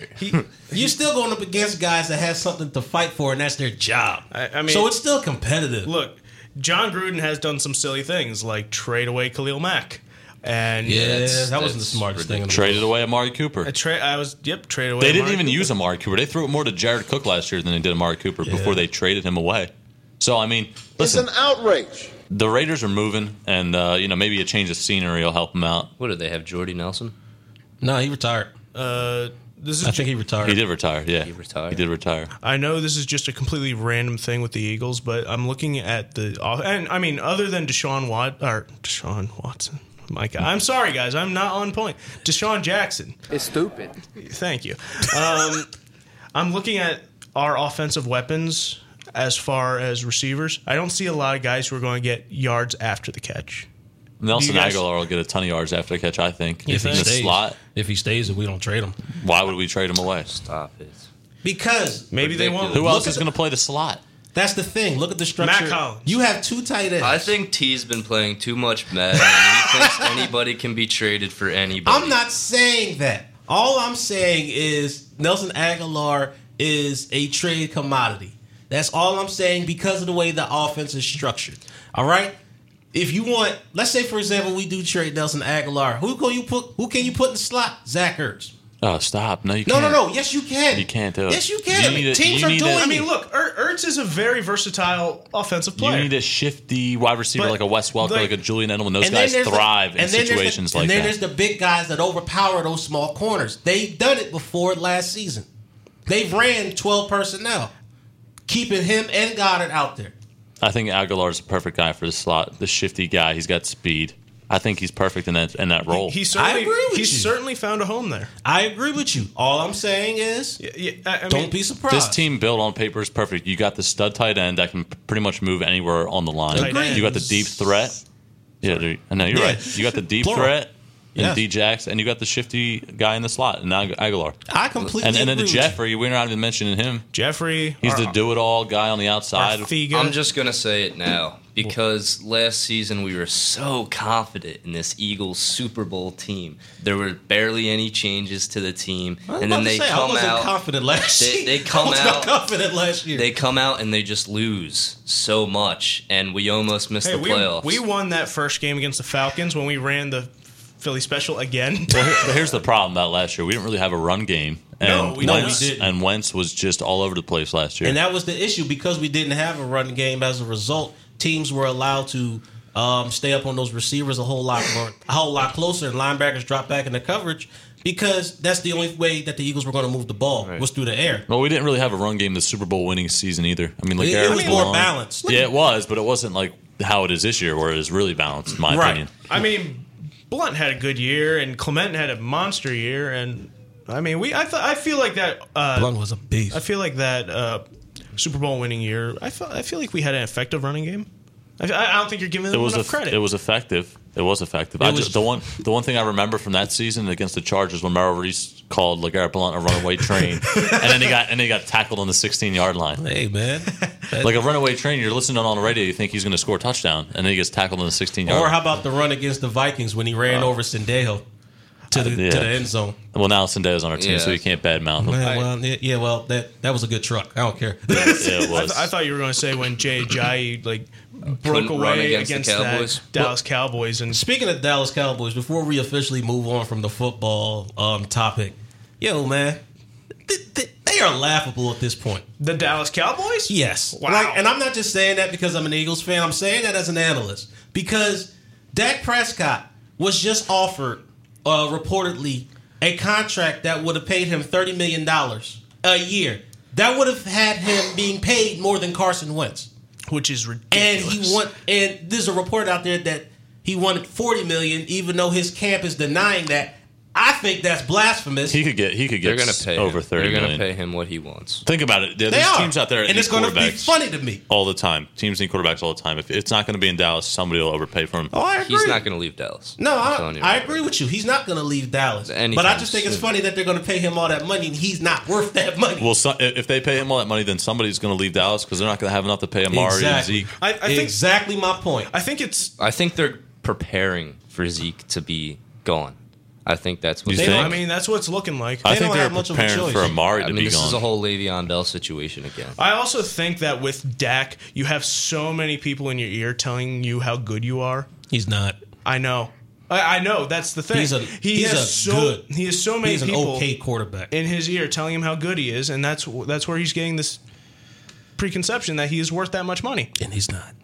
You're still going up against guys that have something to fight for, and that's their job.
I- I mean-
so it's still competitive.
Look, John Gruden has done some silly things like trade away Khalil Mack, and
yeah,
that's-
that wasn't the
that's
smartest thing. In the
Traded away Amari Cooper.
I, tra- I was yep trade away.
They didn't
Amari
even
Cooper.
use Amari Cooper. They threw it more to Jared Cook last year than they did Amari Cooper before they traded him away. So, I mean, listen,
outrage.
the Raiders are moving, and, uh, you know, maybe a change of scenery will help them out.
What do they have? Jordy Nelson?
no, he retired.
Uh, this is
I
ju-
think he retired.
He did retire, yeah.
He retired.
He did retire.
I know this is just a completely random thing with the Eagles, but I'm looking at the off- and I mean, other than Deshaun Wat or Deshaun Watson, my God, I'm sorry guys, I'm not on point. Deshaun Jackson,
It's stupid.
thank you. Um, (laughs) I'm looking at our offensive weapons as far as receivers. I don't see a lot of guys who are going to get yards after the catch.
Nelson
You guys-
Aguilar will get a ton of yards after the catch, I think.
If he
in the
stays,
slot,
if he stays, if we don't trade him,
why would we trade him away?
Stop it.
because
Maybe they
Ridiculous.
won't.
Who
Look
else
at
is
the-
going to play the slot?
that's the thing. Look at the structure.
Collins.
You have two tight ends.
I think T's been playing too much Madden, and
(laughs)
he thinks anybody can be traded for anybody.
I'm not saying that. All I'm saying is Nelson Aguilar is a trade commodity. That's all I'm saying because of the way the offense is structured. All right. If you want, let's say for example, we do trade Nelson Aguilar. Who can you put? Who can you put in the slot? Zach Ertz.
Oh, stop. No, you
No,
can't.
no, no. Yes, you can.
You can't do it.
Yes, you can.
You need to-
Teams
you
are
need to-
doing.
I mean, look, Er- Ertz is a very versatile offensive player.
You need a shifty wide receiver
But,
like a Wes Welker,
like-
like, a Julian Edelman. Those
And then
guys
there's the-
thrive in
and then there's the-
situations like
And then
that.
there's the big guys that overpower those small corners. They've done it before last season. They've ran 12 personnel, keeping him and Goddard out there.
I think Aguilar's the perfect guy for the slot. The shifty guy. He's got speed. I think he's perfect in that in that role.
He certainly,
I agree with
he's
you.
certainly found a home there.
I agree with you. All I'm saying is,
Yeah, yeah, I- I mean,
don't be surprised.
this team built on paper is perfect. You got the stud tight end that can pretty much move anywhere on the line.
Tight
You got the
ends.
deep threat. Yeah, dude, I know you're
Yeah.
right. You got the deep
Plural.
threat and
Yes.
D Jax, and you got the shifty guy in the slot, and Agu- Aguilar,
I completely
and, and then the
agree with
Jeffrey. We're not even mentioning him.
Jeffrey.
He's
our-
the do-it-all guy on the
our
outside.
Figo.
I'm just gonna say it now because last season we were so confident in this Eagles Super Bowl team. There were barely any changes to the team,
you. I was
and
about
then
to
they
say, I
come
wasn't
out.
confident last
They-
year.
they
(laughs)
come
I was not
out-
confident last year.
They come out and they just lose so much, and we almost missed
Hey,
the playoffs.
we, we won that first game against the Falcons when we ran the Philly special again.
Well, here- but here's the problem about last year. We didn't really have a run game. And
No, we didn't.
Wentz,
No, we didn't.
And Wentz was just all over the place last year.
And that was the issue because we didn't have a run game. As a result, teams were allowed to um, stay up on those receivers a whole lot more, a whole lot closer, and linebackers drop back in the coverage because that's the only way that the Eagles were going to move the ball was through the air.
well, we didn't really have a run game this Super Bowl winning season either. I mean, like
It- it
Eric
was more
Ballon-
balanced. Look
Yeah,
at-
it was, but it wasn't like how it is this year, where it is really balanced, in my
Right.
opinion.
I mean, Blunt had a good year, and Clement had a monster year, and I mean, we. I th- I feel like that. Uh,
Lung was a beast.
I feel like that uh, Super Bowl winning year. I feel. I feel like we had an effective running game. I, I don't think you're giving
It
them
was
enough
eff-
credit. (laughs)
it was effective. It was effective. I
was-
just, the one the one thing I remember from that season against the Chargers when Merrill Reese called LeGarrette Blunt a runaway train, and then he got and he got tackled on the 16 yard line.
Hey (laughs) man,
Like a runaway train, you're listening on the radio, you think he's going to score a touchdown, and then he gets tackled on the 16 yard.
or
line.
how about the run against the Vikings when he ran over Sendejo to the
yeah.
to the end zone?
Well, now Sendejo's on our team,
Yeah.
so we can't badmouth
(laughs)
him.
Man, well, yeah, yeah, well, that that was a good truck. I don't care. (laughs)
Yeah, it
I,
was.
th- I thought you were going to say when Jay Ajayi like broke
Couldn't run
away
against the
against,
Cowboys?
that Dallas Cowboys and
Speaking of Dallas Cowboys, before we officially move on from the football um, topic, yo man, th- th- they are laughable at this point.
the Dallas Cowboys.
Yes,
Wow.
Like, and I'm not just saying that because I'm an Eagles fan. I'm saying that as an analyst because Dak Prescott was just offered uh, reportedly a contract that would have paid him thirty million dollars a year. That would have had him being paid more than Carson Wentz
which is
and
ridiculous.
he want and there's a report out there that he wanted 40 million even though his camp is denying that I think that's blasphemous.
He could get he could
They're
get
gonna pay him.
over thirty
They're gonna
million.
pay him what he wants.
Think about it. There-
they
There's
are.
teams out there, that
and
need
it's going to be
quarterbacks
funny to me.
all the time. Teams need quarterbacks all the time. If it's not going to be in Dallas, somebody will overpay for him.
Oh, I agree.
He's not going to leave Dallas.
No,
I'm
I,
telling you
I
right
agree
now.
with you. He's not going to leave Dallas. but I
Anytime
just think it's
soon.
funny that they're going to pay him all that money and he's not worth that money.
Well, so, if they pay him all that money, then somebody's going to leave Dallas because they're not going to have enough to pay Amari
exactly.
and Zeke.
I- I think-
exactly my point.
I think it's
I think they're preparing for Zeke to be gone. I think that's what
You
they-
think?
I mean, that's what it's looking like.
I
They
think
don't
they're
have much of a
preparing
choice.
for Amari
I
to be
mean, this
gone.
is a whole Le'Veon Bell situation again.
I also think that with Dak, you have so many people in your ear telling you how good you are.
He's not.
I know. I, I know. That's the thing.
He's a-
he
he's
has
a
so
good-
he has so many
He's an
people
okay quarterback.
in his ear telling him how good he is, and that's wh- that's where he's getting this preconception that he is worth that much money.
and he's not.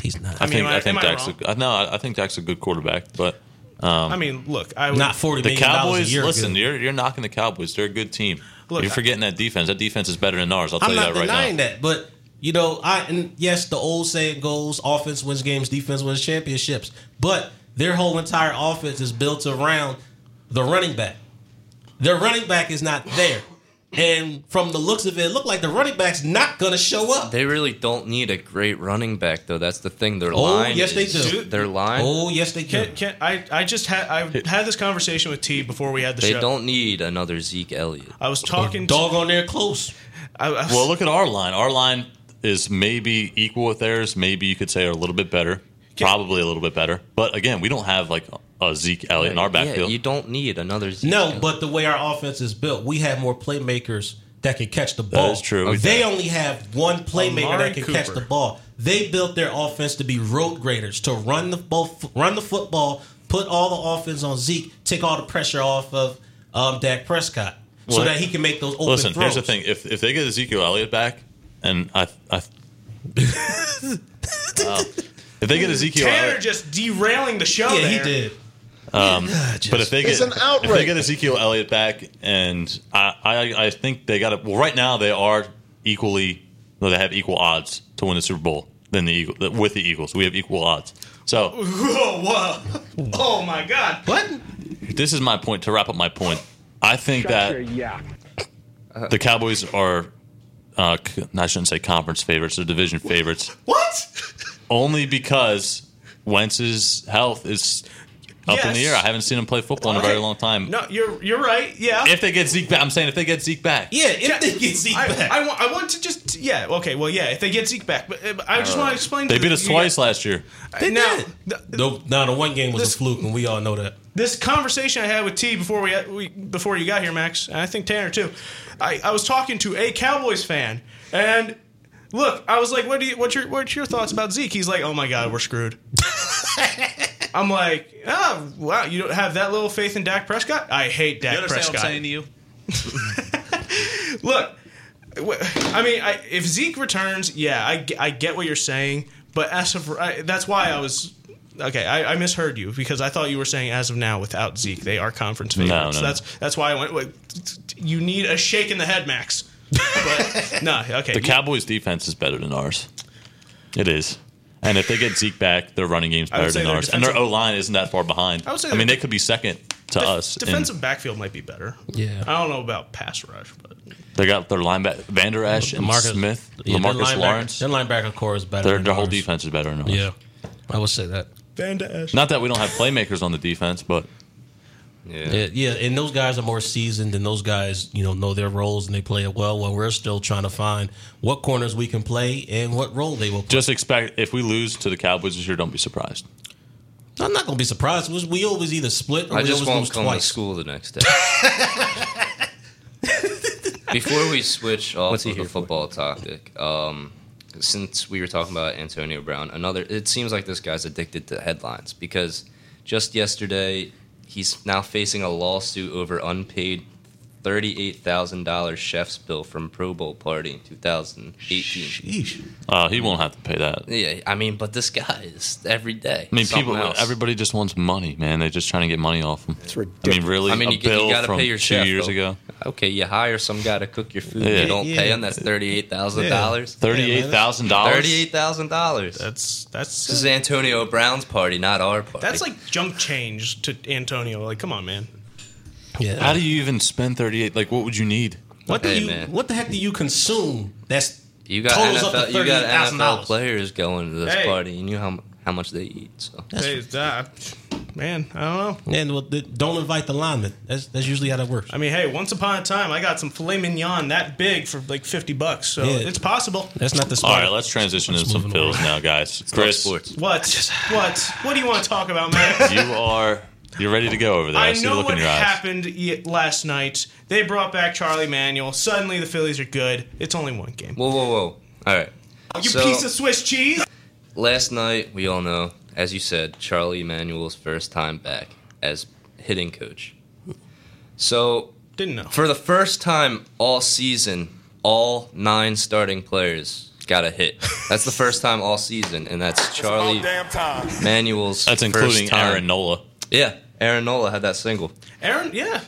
He's not.
I
mean,
think
am
I,
I-
think
am I
Dak's
wrong?
a, no, I I think Dak's a good quarterback, but
I mean, look, I would,
Um, not forty
the
million dollars
Cowboys.
a year.
Listen,
ago.
you're you're knocking the Cowboys. They're a good team.
Look,
you're forgetting that defense. That defense is better than ours. I'll tell
I'm
you
not
that right now.
denying that, but you know, I and yes, the old saying goes: offense wins games, defense wins championships. But their whole entire offense is built around the running back. Their running back is not there, and from the looks of it, it looked like the running back's not going to show up.
They really don't need a great running back, though. That's the thing. Their
Oh,
line.
yes, they
is-
do.
Their line.
Oh yes, they
Can,
can.
can, I, I just had I had this conversation with T before we had the
they
show.
don't need another Zeke Elliott.
I was talking. To,
Dog on there close.
I, I was,
Well, look at our line. Our line is maybe equal with theirs. Maybe you could say are a little bit better. Probably a little bit better. But again, we don't have like a Zeke Elliott in our
Yeah,
backfield.
you don't need another Zeke.
No,
Elliott.
but the way our offense is built, we have more playmakers that can catch the ball.
is true.
They only have one playmaker
Amari
that can
Cooper.
catch the ball. They built their offense to be road graders, to run the ball, run the football, put all the offense on Zeke, take all the pressure off of um, Dak Prescott, so
Well,
that he can make those open
Listen,
throws.
here's the thing. If if they get Ezekiel Elliott back, and I, I Wow. if they get Ezekiel,
Tanner
Elliott,
just derailing the show.
Yeah,
there.
he did.
Um, but if they get
It's an
if they
outrage.
get Ezekiel Elliott back, and I I, I think they got it. Well, right now they are equally. No, they have equal odds to win the Super Bowl than the Eagle with the Eagles. We have equal odds. So
(laughs) Whoa, whoa! Oh my God!
What?
this is my point to wrap up my point. I think that
Yeah.
the Cowboys are. Uh, c- I shouldn't say conference favorites; they're division favorites.
What?
only because Wentz's health is up in the
Yes.
air. I haven't seen him play football in a
Okay.
very long time.
No, you're you're right. Yeah.
If they get Zeke back, I'm saying if they get Zeke back,
Yeah, if they get Zeke
I,
back,
I, want, I want to just yeah okay well yeah if they get Zeke back but, uh, but I just want to explain
they
to
beat
the-
us
you
twice
guys-
last year.
They
now
did.
th-
Nope, no, the one game was
This-
a fluke, and we all know that.
this conversation I had with T before we, uh, we before you got here Max and I think Tanner too I, I was talking to a Cowboys fan and look I was like what do you what's your what's your thoughts about Zeke he's like oh my god
(laughs)
we're screwed I'm like ah wow you don't have that little faith in Dak Prescott I hate Dak
You understand
Prescott
what I'm saying to you?
(laughs) look, wh- I mean, I, if Zeke returns, yeah, I, ge- I get what you're saying, but as of I, that's why I was okay. I, I misheard you because I thought you were saying as of now without Zeke they are conference favorites.
no, no.
That's that's why I went. Wait, you need a shake in the
(laughs)
head, Max. But no, okay.
The Cowboys' defense is better than ours. It is. And if they get Zeke back, their running game's
would
better
say
than
their
ours. And their O
defensive-
line isn't that far behind. I,
would say
mean, they
their-
could be second to
Def-
us. in-
defensive backfield might be better.
Yeah.
I don't know about pass rush, but
They got their linebacker Vander Ash and Smith,
yeah, their
Lamarcus
linebacker-
Lawrence.
Their linebacker core is better.
Their,
than
their whole
ours.
defense is better than ours.
Yeah, I would say that.
Van Ash.
Not that we don't have playmakers on the defense, but
Yeah.
Yeah, yeah, and those guys are more seasoned, and those guys, you know, know their roles and they play it well. While we're still trying to find what corners we can play and what role they will. play.
just expect if we lose to the Cowboys this year, don't be surprised.
I'm not going to be surprised. We- We always either split or
I
we always
just won't
lose
come
twice.
to school the next
(laughs)
day. Before we switch off of the football topic, um, since we were talking about Antonio Brown, another it seems like this guy's addicted to headlines because just yesterday he's now facing a lawsuit over unpaid thirty-eight thousand dollars chef's bill from Pro Bowl party in two thousand eighteen.
Yeesh.
Uh, he won't have to pay that.
Yeah, I mean, but this guy is every day.
I mean,
something
people,
else.
everybody just wants money, man. They're just trying to get money off them. It's
ridiculous.
I mean, really,
I mean,
a
you,
bill
you got to
from
pay your
two
chef,
years
though.
ago,
Okay, you hire some guy to cook your food.
Yeah.
You don't
Yeah.
pay him. That's thirty-eight thousand dollars.
thirty-eight thousand dollars.
Thirty-eight thousand dollars. This
That's that's
is Antonio Brown's party, not our party.
that's like junk change to Antonio. Like, come on, man.
Yeah.
How do you even spend 38? Like, what would you need?
what do
Hey,
you?
man.
What the heck do you consume? That's
You got
totals up
NFL,
to
you
thirty
got
thousand
NFL
dollars.
players going to this
Hey.
party. You knew how mu- how much they eat. So
Hey, uh, man, I don't know.
And well, th- don't invite the lineman. That's that's usually how that works.
I mean, hey, once upon a time, I got some filet mignon that big for like fifty bucks, so
Yeah.
it's possible.
That's not the
All
smart.
right, let's transition into some
moving on.
fills now, guys.
Love
Chris,
sports.
What? What? What do you want to talk about, man?
(laughs) you are you're ready to go over there. I,
I
see the
know
look in
what
your eyes.
happened ye- last night. They brought back Charlie Manuel. Suddenly, the Phillies are good. It's only one game.
whoa, whoa, whoa! All right.
you
so-
piece of Swiss cheese.
Last night, we all know, as you said, Charlie Emanuel's first time back as hitting coach. So
Didn't know.
for the first time all season, all nine starting players got a hit. That's the first time all season, and that's Charlie Manuel's.
That's including
first time.
Aaron Nola.
Yeah, Aaron Nola had that single.
Aaron, yeah,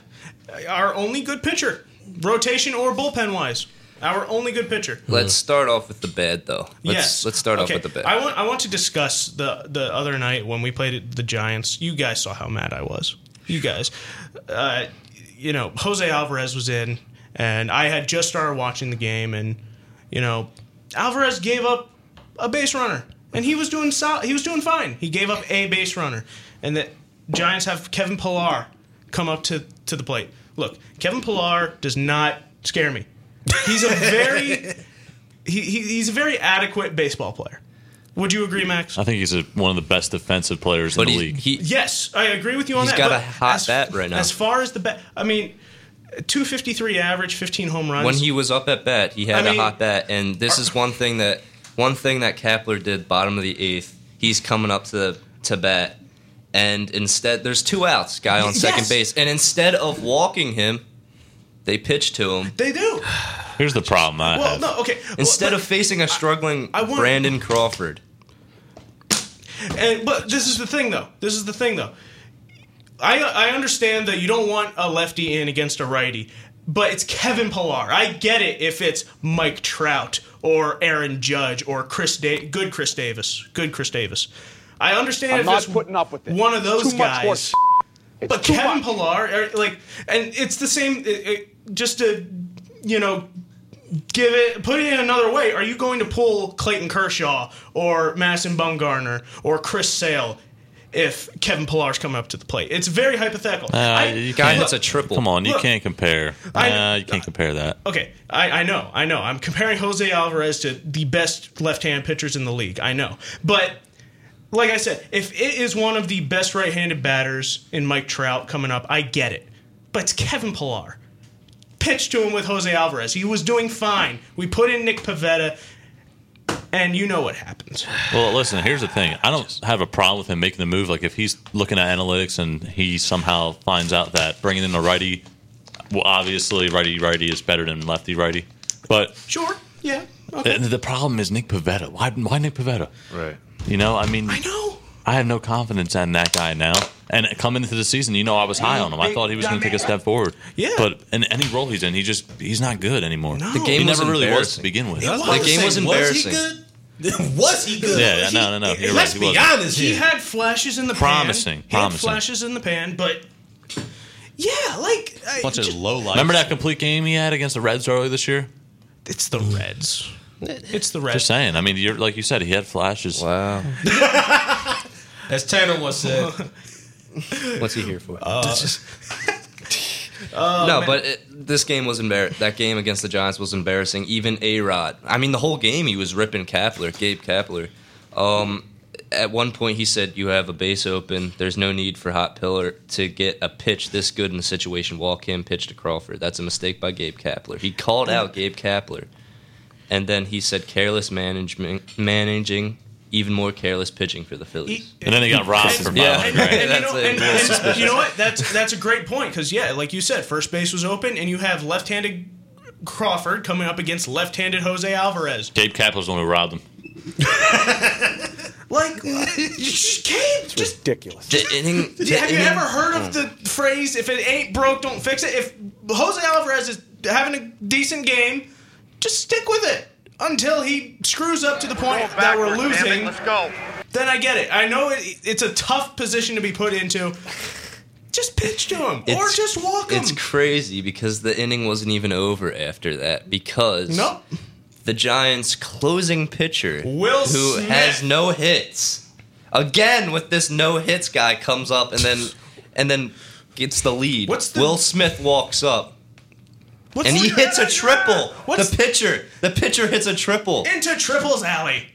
our only good pitcher, rotation or bullpen wise, our only good pitcher.
Let's start off with the bad, though. Let's,
yes.
Let's start
Okay.
off with the bad.
I want I want to discuss the the other night when we played the Giants. You guys saw how mad I was. You guys, uh, you know, Jose Alvarez was in, and I had just started watching the game, and you know, Alvarez gave up a base runner, and he was doing sol- he was doing fine. He gave up a base runner, and the Giants have Kevin Pillar come up to to the plate. Look, Kevin Pillar does not scare me. He's a very he, he, he's a very adequate baseball player. Would you agree, Max?
Uh,
I think he's a, one of the best defensive players
but
in
he,
the league.
he,
Yes, I agree with you on
He's
that.
got
but
a hot
as-
bat right now.
As far as the bat, I mean, two fifty three average, fifteen home runs.
when he was up at bat, he had
I mean-
a hot bat, and this is one thing that one thing that Kapler did. Bottom of the eighth, he's coming up to to bat, and instead there's two outs, guy on
Yes.
second base, and instead of walking him, they pitch to him.
they
(sighs)
do.
Here's the problem I
Well,
have.
no, okay.
Instead
well,
of facing a struggling
I want-
Brandon Crawford,
but, and, but this is the thing, though. This is the thing, though. I I understand that you don't want a lefty in against a righty, but it's Kevin Pillar. I get it if it's Mike Trout or Aaron Judge or Chris da- good Chris Davis, good Chris Davis. I understand
I'm
if
not
it's
putting up with it.
One of those
too
guys.
Much horse It's
But
too
Kevin
much.
Pillar, er, like, and it's the same. It, it, just to, you know, give it, put it in another way. Are you going to pull Clayton Kershaw or Madison Bumgarner or Chris Sale if Kevin Pillar's coming up to the plate? It's very hypothetical.
Uh,
I-
you
guy
can't-
hits a triple.
Come on, you
Look,
can't compare.
I-
uh, you can't compare that.
okay, I, I know, I know. I'm comparing Jose Alvarez to the best left-hand pitchers in the league. I know, but like I said, if it is one of the best right-handed batters in Mike Trout coming up, I get it. But it's Kevin Pillar. Pitched to him with Jose Alvarez. He was doing fine. We put in Nick Pavetta, and you know what happens.
Well, listen, here's the thing. I don't have a problem with him making the move. Like, if he's looking at analytics and he somehow finds out that bringing in a righty, well, obviously, righty righty is better than lefty righty. But
Sure, yeah, okay.
the, the problem is Nick Pavetta. Why, why Nick Pavetta?
right?
You know, I mean,
I know.
I have no confidence in that guy now. And coming into the season, you know, I was high on him. I thought he was going to take a step forward.
Yeah.
But in any role he's in, he just he's not good anymore.
No.
The game
he
was
never really was to
embarrassing.
begin with.
I
Yeah,
about
The
to
game was embarrassing.
Was he good? (laughs) was he good?
yeah,
Was he-
no, no, no. You're
Let's
right. He
be
wasn't.
honest
He
here.
had flashes in the
Promising,
pan. He
promising.
had flashes in the pan, but yeah, like I,
bunch of
just-
low life.
Remember that complete game he had against the Reds earlier this year?
It's the Reds. It's the
Just
Reds.
saying. I mean, you're like you said, he had flashes.
Wow,
(laughs) As Tanner once said,
what's
(laughs)
he here for?
Uh,
(laughs)
oh,
no, but it, this game was embarrassing. That game against the Giants was embarrassing. Even A Rod. I mean, the whole game he was ripping Kapler, Gabe Kapler. Um, at one point, he said, "You have a base open. There's no need for Hot Pillar to get a pitch this good in the situation. Walk him, pitch to Crawford. That's a mistake by Gabe Kapler. He called out Gabe Kapler, and then he said, "Careless management, managing, even more careless pitching for the Phillies."
And then he got robbed for five
Yeah.
hundred.
And,
grand.
and
That's
you
a
know, and-
little
and
suspicious.
you know what? That's that's a great point because yeah, like you said, first base was open, and you have left-handed Crawford coming up against left-handed Jose Alvarez.
Gabe Kapler's the one who robbed him.
Like, you just came. Just
Ridiculous.
The
(laughs)
inning- the
have you
inning-
ever heard of the
Mm.
phrase "If it ain't broke, don't fix it"? If Jose Alvarez is having a decent game, just stick with it until he screws up to the point that we're
Backwards, damn it.
losing.
Let's go.
then I get it. I know it, it's a tough position to be put into. just pitch to him or just walk him.
It's crazy because the inning wasn't even over after that because
Nope.
the Giants' closing pitcher,
Will
who
Smith.
has no hits, again with this no hits guy comes up and then and then gets the lead.
What's the-
Will Smith walks up
What's
and he
the- (laughs)
hits a triple.
What's-
the pitcher? The pitcher hits a triple.
into triples alley.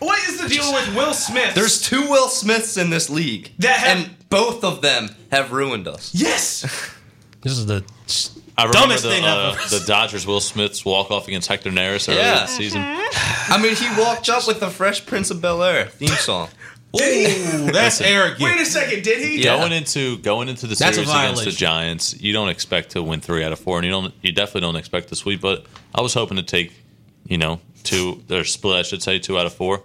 What is the deal with Will Smith?
There's two Will Smiths in this league,
That have-
and both of them have ruined us. (laughs)
yes.
This is the
I remember
Dumbest
the,
thing
uh,
ever.
the Dodgers Will Smith's walk off against Hector Neris earlier
Yeah.
this season.
I mean, he walked up with the Fresh Prince of Bel Air theme song.
Did he?
That's arrogant.
Wait a second. Did he?
Yeah.
Going into going into the
That's a
series against the
violation.
Giants, you don't expect to win three out of four, and you don't you definitely don't expect to sweep. But I was hoping to take, you know, two or split, I should say, two out of four,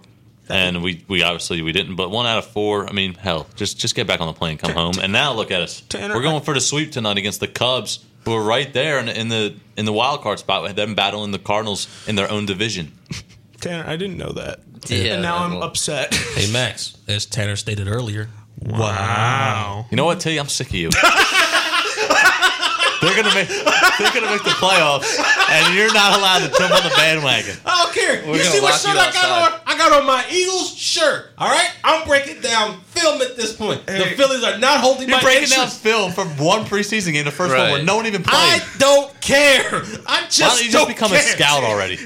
and we we obviously we didn't. But one out of four, I mean, hell, just just get back on the plane, come home, and now look at us.
Tanner,
We're going for the sweep tonight against the Cubs, who are right there in, in the in the wild card spot, with them battling the Cardinals in their own division.
Tanner, I didn't know that.
Yeah,
and now I'm
well-
upset. (laughs)
hey Max, as Tanner stated earlier.
Wow.
You know what, T? I'm sick of you. they're gonna make they're gonna make the playoffs, and you're not allowed to jump on the bandwagon.
I don't care.
gonna
you see what
lock
shirt
you
I got
outside.
on? I got on my Eagles shirt. All right, I'm breaking down film at this point.
Hey.
The Phillies are not holding
You're
my
breaking down
interest.
film from one preseason game, the first one
Right.
where no one even played.
I don't care. I just
Why don't you just
don't
become a
care.
scout already?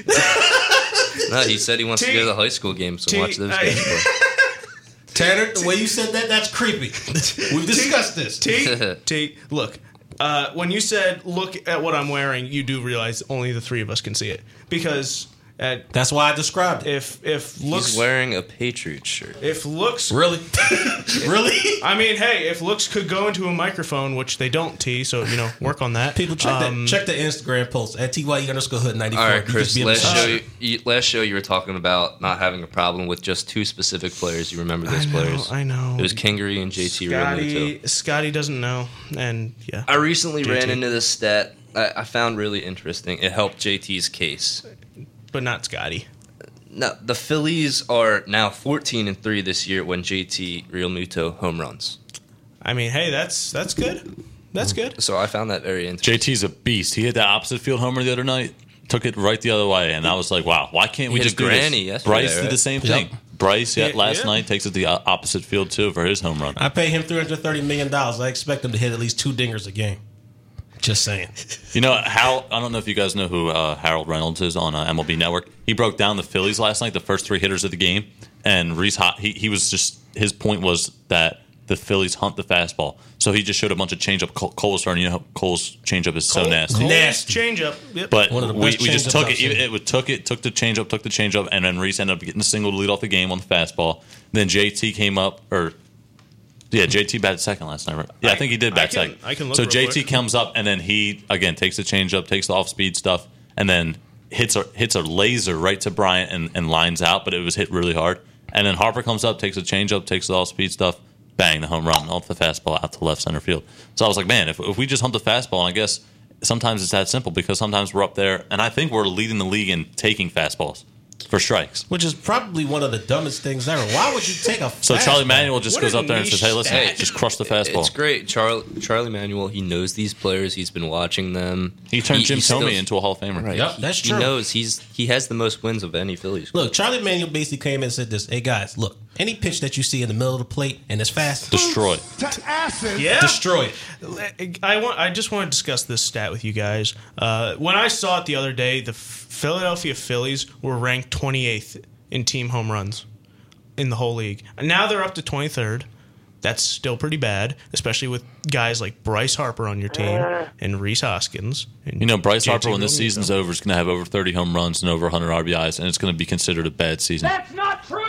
No, he said he wants
T-
to go to the high school game, so
T-
watch those
I- (laughs)
games. bro.
Tanner, the way you said that, that's creepy. We've discussed this.
T,
(laughs)
T, look. Uh, when you said look at what I'm wearing, you do realize only the three of us can see it because uh,
That's why I described it.
if if looks
He's wearing a Patriot shirt.
if looks
Really? (laughs) really?
I mean, hey, if looks could go into a microphone, which they don't, T. So you
(laughs)
know, work on that.
People check
Um,
that. Check the Instagram post at ty underscore hood ninety four.
All right, Chris. Last show, you, you- last show, you were talking about not having a problem with just two specific players. You remember
I
those
know,
players?
I know.
It was Kingery and JT Realmuto.
Scotty, Scotty doesn't know, and yeah,
I recently ran
JT.
into this stat I, I found really interesting. It helped JT's case.
but not Scotty.
Now, the Phillies are now 14 and 3 this year when JT Realmuto home runs.
I mean, hey, that's that's good. That's good.
So I found that very interesting.
JT's a beast. He hit the opposite field homer the other night, took it right the other way, and I was like, wow, why can't we
Hit a
just do
granny
this?
yesterday,
Bryce did
right?
the same
Yep.
thing. Bryce yeah,
Yeah,
last
yeah.
night takes it the uh, opposite field too for his home run.
I pay him three hundred thirty million dollars. I expect him to hit at least two dingers a game. Just saying.
You know, Hal. I don't know if you guys know who uh, Harold Reynolds is on uh, MLB Network. He broke down the Phillies last night, the first three hitters of the game, and Reese Hot. He, he was just his point was that the Phillies hunt the fastball, so he just showed a bunch of changeup. Cole, Cole's starting. You know, Cole's changeup is so nasty.
Cole's
Nasty.
change up. Yep.
But
One of the
we,
best
we just
changeups
took
I've
it. Even,
seen.
it was- took it. Took the changeup. Took the changeup, and then Reese ended up getting the single to lead off the game on the fastball. Then JT came up, or yeah, JT batted second last night. Right? Yeah, I,
I-
think he did
I
bat
can-
second.
I can look
so
real
JT
quick.
comes up, and then he again takes the changeup, takes the off-speed stuff, and then hits a hits a laser right to Bryant and, and lines out, but it was hit really hard. And then Harper comes up, takes a changeup, takes the off-speed stuff. Bang! The home run off the fastball out to left center field. So I was like, man, if, if we just hunt the fastball, and I guess sometimes it's that simple because sometimes we're up there, and I think we're leading the league in taking fastballs for strikes.
Which is probably one of the dumbest things ever. Why would you take a
(laughs) So Charlie
fastball?
Manuel just
What
goes
a
up there and
niche
says, "Hey, listen,
stat.
just crush the fastball."
It's great. Charlie, Charlie Manuel, he knows these players. He's been watching them.
He turned Jim Tomey
still-
into a Hall of Famer.
Right.
Yep,
he,
that's
he
true.
knows he's he has the most wins of any Phillies.
Look, Charlie Manuel basically came in and said this. Hey guys, look, any pitch that you see in the middle of the plate and it's fast,
Destroy.
yeah.
(laughs) destroy it.
I want. I just want to discuss this stat with you guys. Uh, when I saw it the other day, the F- Philadelphia Phillies were ranked 28th in team home runs in the whole league. And now they're up to 23rd. That's still pretty bad, especially with guys like Bryce Harper on your team
(laughs)
and Reese Hoskins. And
You know, Bryce
JT
Harper, when the
Realmuto.
season's over, is going to have over 30 home runs and over 100 RBIs, and it's going to be considered a bad season.
That's not true.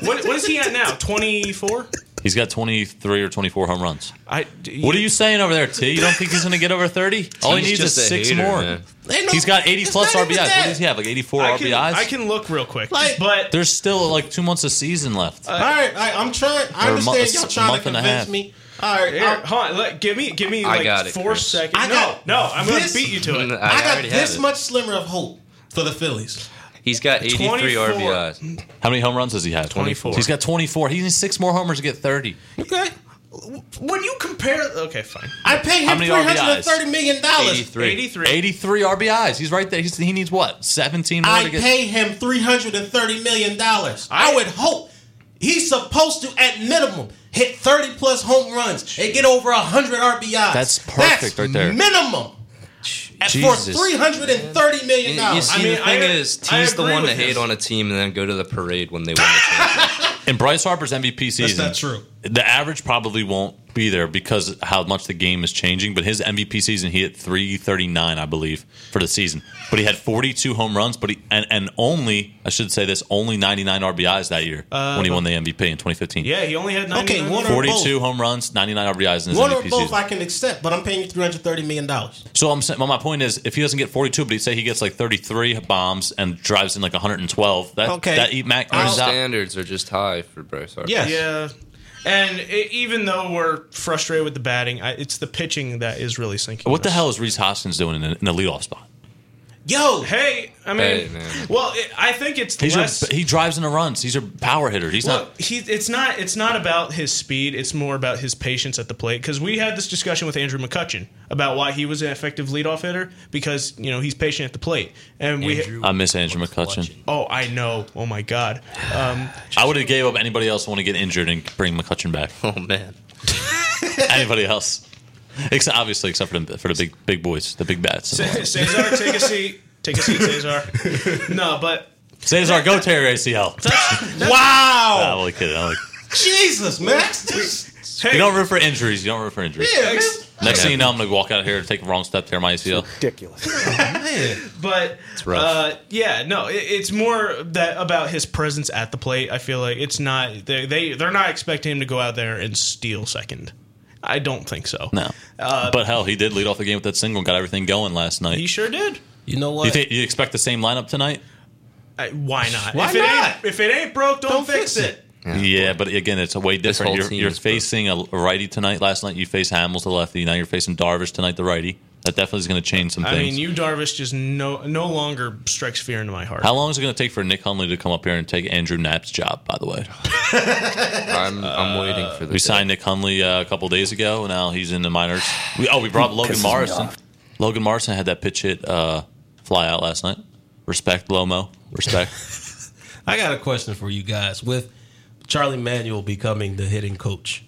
What, what is he at now? 24.
He's got 23 or 24 home runs.
I.
What are you saying over there, T? You don't think he's going to get over 30? All he
He's
needs is
just a
six
hater,
more.
man.
Ain't no-
He's got 80
it's
plus
not
RBIs.
even
What
that.
does he have? Like 84
I
RBIs?
can, I can look real quick,
Like-
but
There's still like two months of season left.
all right, all right, I'm trying. I
Or a
understand
month-
y'all trying to
month and a half.
convince me. All right,
Here,
I,
hold on. Let, give me, give me
I
like
got it,
four
Chris.
seconds.
I
no,
got
no, I'm going to
this-
beat you to it.
I got
already have
this
it.
much slimmer of hope for the Phillies.
He's got 83
24.
RBIs.
How many home runs does he have?
24.
He's got 24. He needs six more homers to get 30.
Okay,
When you compare, okay, fine.
I pay
How
him
many
three hundred and
RBIs?
thirty million dollars.
83.
83.
83 RBIs. He's right there. He's, he needs what? 17 more
I
to get.
pay him three hundred and thirty million dollars. I, would hope he's supposed to, at minimum, hit thirty plus home runs and get over hundred RBIs.
That's perfect right there.
Minimum at- for
Jesus.
three hundred and thirty million
You, you
dollars.
see,
I mean,
the thing
I-
is,
I
T's the
agree
one to
with
hate
this.
on a team and then go to the parade when they win the championship.
In Bryce Harper's MVP season,
not true.
The average probably won't be there because of how much the game is changing. But his MVP season, he hit 339, I believe, for the season. But he had 42 home runs, but he and, and only I should say this only 99 RBIs that year
Uh,
when he won the MVP in 2015.
Yeah, he only had 99.
Okay, one or
42 home runs, 99 RBIs in his
One or
MVP
both
season.
I can accept, but I'm paying you three hundred thirty million dollars.
So I'm saying, well, my point is, if he doesn't get 42, but he say he gets like 33 bombs and drives in like 112, that
Okay.
that e, he max
Our
earns out.
standards are just high for Bryce Harper.
Yes.
Yeah. And i even though we're frustrated with the batting, I, it's the pitching that is really sinking.
What the
us.
hell is Reese Hoskins doing in the, in the leadoff spot?
Yo,
Hey, I mean,
Hey, man.
well, it, I think it's
He's
less.
your, he drives in the runs. He's your power hitter. He's
Well,
not.
he, it's not it's not about his speed. It's more about his patience at the plate. Because we had this discussion with Andrew McCutcheon about why he was an effective leadoff hitter because you know he's patient at the plate. And we
I miss Andrew McCutcheon.
oh I know oh my god um,
I would have gave up anybody else who want to get injured and bring McCutcheon back. (laughs)
Oh man.
anybody else, except obviously except for the, for the big big boys, the big bats.
Cesar take a seat take a seat Cesar. No, but
Cesar, go Terry ACL. I
wow,
like it. I like.
Jesus, Max.
hey,
You don't root for injuries. You don't root for injuries.
Yeah, man.
Next thing you know, I'm gonna walk out here and take the wrong step, tear my ACL.
but
rough.
Uh, yeah, no, it, it's more that about his presence at the plate. I feel like it's not they, they they're not expecting him to go out there and steal second. I don't think so.
No, but hell, he did lead off the game with that single and got everything going last night.
he sure did.
Uh, You know what?
you think you expect the same lineup tonight?
I, why not?
Why
if it
not?
ain't if it ain't broke, don't,
Don't
fix,
fix
it.
Yeah, but again, it's a way different.
whole
You're,
team
you're
is broken.
facing a righty tonight. Last night you faced Hamels, the lefty. Now you're facing Darvish tonight, the righty. That definitely is going to change some
I
things.
mean, you Darvish just no no longer strikes fear into my heart.
How long is it going to take for Nick Hunley to come up here and take Andrew Knapp's job? By the way,
I'm I'm waiting for the
Uh, we signed Nick Hunley uh, a couple days ago. and Now he's in the minors. We, oh, we brought Logan Morrison. Logan Morrison had that pitch hit uh, fly out last night. Respect Lomo. Respect.
I got a question for you guys. With Charlie Manuel becoming the hitting coach,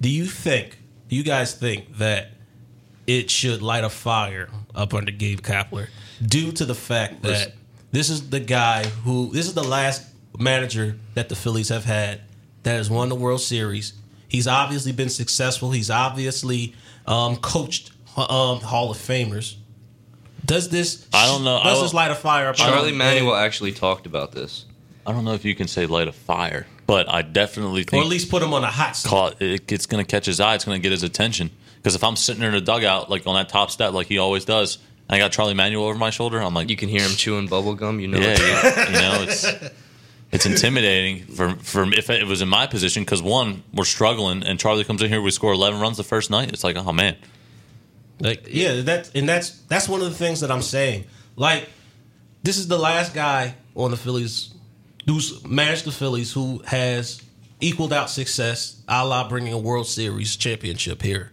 do you think, do you guys think that it should light a fire up under Gabe Kapler due to the fact that this is the guy who, this is the last manager that the Phillies have had that has won the World Series? He's obviously been successful, he's obviously um, coached um, Hall of Famers. Does this?
I don't know. I
Does
don't-
this light a fire up?
Charlie
under-
Manuel actually talked about this.
I don't know if you can say light a fire, but I definitely
or
think
at least put him on a hot seat?
caught it, it's going to catch his eye. It's going to get his attention. Because if I'm sitting there in the dugout, like on that top step, like he always does, and I got Charlie Manuel over my shoulder, I'm like,
You can hear him chewing bubble gum. You know,
yeah,
it's-
yeah. you know, it's it's intimidating for for if it was in my position. Because one, we're struggling, and Charlie comes in here, we score 11 runs the first night. It's like, oh man,
Like yeah, that and that's that's one of the things that I'm saying. Like this is the last guy on the Phillies who's managed the Phillies who has equaled out success, a la bringing a World Series championship here.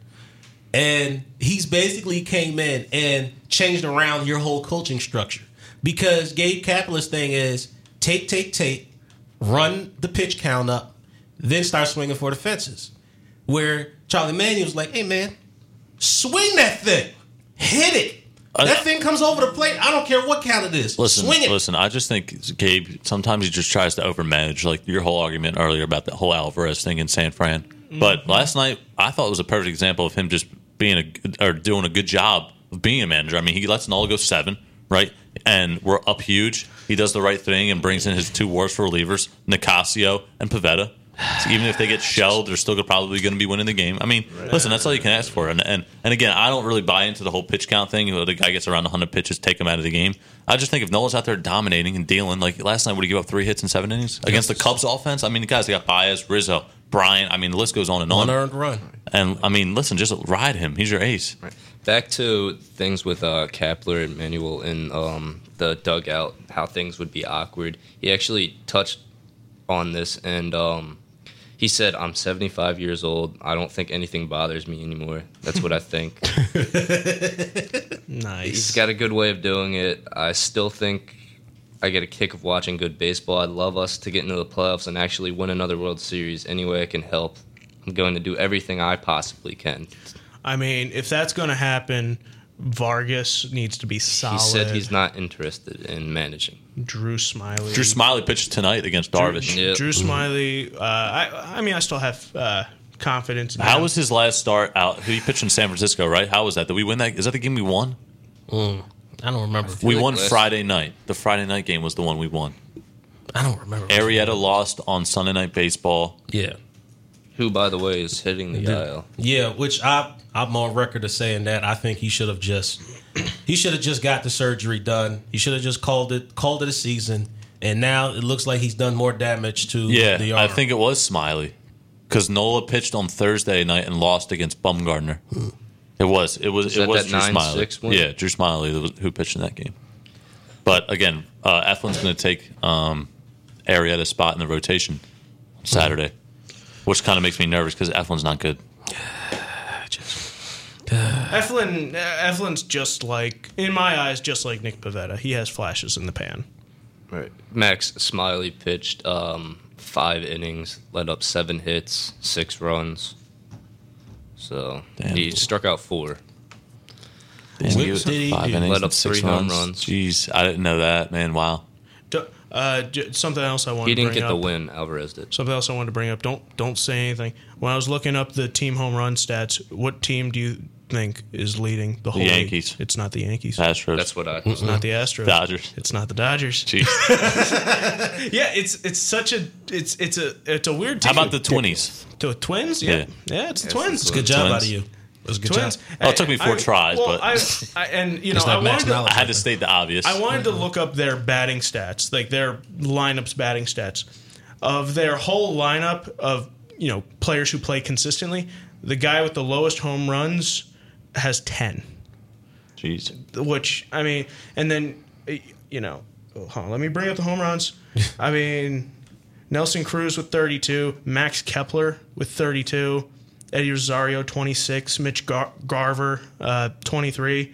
And he's basically came in and changed around your whole coaching structure because Gabe Kapler's thing is take, take, take, run the pitch count up, then start swinging for the fences. Where Charlie Manuel's like, hey man, swing that thing, hit it. that thing comes over the plate. I don't care what count it is.
Uh, listen,
swing it.
listen. I just think Gabe sometimes he just tries to overmanage, like your whole argument earlier about that whole Alvarez thing in San Fran.
Mm-hmm.
But last night, I thought it was a perfect example of him just being a good- or doing a good job of being a manager. I mean, he lets Nola go seven, right, and we're up huge. He does the right thing and brings in his two worst relievers, Nicasio and Pavetta. So even if they get shelled, they're still probably going to be winning the game. I mean, listen, that's all you can ask for. And, and and again, I don't really buy into the whole pitch count thing. where The guy gets around 100 pitches, take him out of the game. I just think if Nola's out there dominating and dealing, like last night, would he give up three hits in seven innings against the Cubs offense? I mean, the guys, they got Baez, Rizzo, Bryant. I mean, the list goes on and on.
unearned run.
And I mean, listen, just ride him. He's your ace.
back to things with uh, Kapler and Manuel in um, the dugout, how things would be awkward. He actually touched on this, and um, He said, "I'm 75 years old. I don't think anything bothers me anymore. That's what I think." He's
Nice.
got a good way of doing it. I still think I get a kick of watching good baseball. I'd love us to get into the playoffs and actually win another World Series. Any way I can help, I'm going to do everything I possibly can.
I mean, if that's going to happen, Vargas needs to be solid.
He said he's not interested in managing.
Drew Smiley.
Drew Smiley pitched tonight against Darvish.
Yeah.
Drew Smiley. Uh, I, I mean, I still have uh, confidence. In
How
him.
was his last start out? He pitched in San Francisco, right? How was that? Did we win that? Is that the game we won?
Mm, I don't remember.
We
like
won
last-
Friday night. The Friday night game was the one we won.
I don't remember.
Arietta lost on Sunday night baseball.
Yeah.
Who, by the way, is hitting the dial?
Yeah, which I I'm on record as saying that I think he should have just he should have just got the surgery done. He should have just called it called it a season. And now it looks like he's done more damage to
Yeah,
the
I
arm.
think it was Smiley because Nola pitched on Thursday night and lost against Bumgarner. It was. It was.
Is
it
that
was
that
Drew Smiley.
9-6 one?
Yeah, Drew Smiley that was, who pitched in that game. But again, uh, Eflin's going to take um, Arietta's spot in the rotation on Saturday, which kind of makes me nervous because Eflin's not good.
Eflin? uh, Eflin's just like, in my eyes, just like Nick Pavetta. He has flashes in the pan.
Right. Max Smiley pitched um, five innings, let up seven hits, six runs. So
Damn.
he struck out four.
Damn,
Whip
he was
did he
five
do?
innings
Let
and
up
six
three home
runs.
runs.
Jeez, I didn't know that, man. Wow.
Do- Uh, j- something else I wanted
He
to
didn't
bring up.
get the win. Alvarez did.
Something else I wanted to bring up. Don't don't say anything. When I was looking up the team home run stats, what team do you think is leading the whole league?
Yankees.
It's not the Yankees.
Astros.
That's what I.
it's not the Astros.
Dodgers.
It's not the Dodgers.
Jeez.
Yeah, it's it's such a it's it's a it's a
(laughs)
weird.
How
Team.
about the twins?
the Twins? Yeah,
Yeah.
yeah, it's the Twins.
the
good job
Twins.
out of you. It was a good
Twins.
job.
Oh, it took me four
I-
tries,
well,
but- (laughs)
I, I and you know
It's not
I
max
wanted, to,
knowledge.
I
(laughs)
had to state the obvious.
I wanted to look up their batting stats, like their lineups batting stats of their whole lineup of you know players who play consistently. The guy with the lowest home runs has ten,
Jeez.
which I mean, and then eh, you know, hold on, let me bring up the
(laughs)
home runs. I mean, Nelson Cruz with thirty-two, Max Kepler with thirty-two. Eddie Rosario, 26. Mitch Gar- Garver, uh, 23.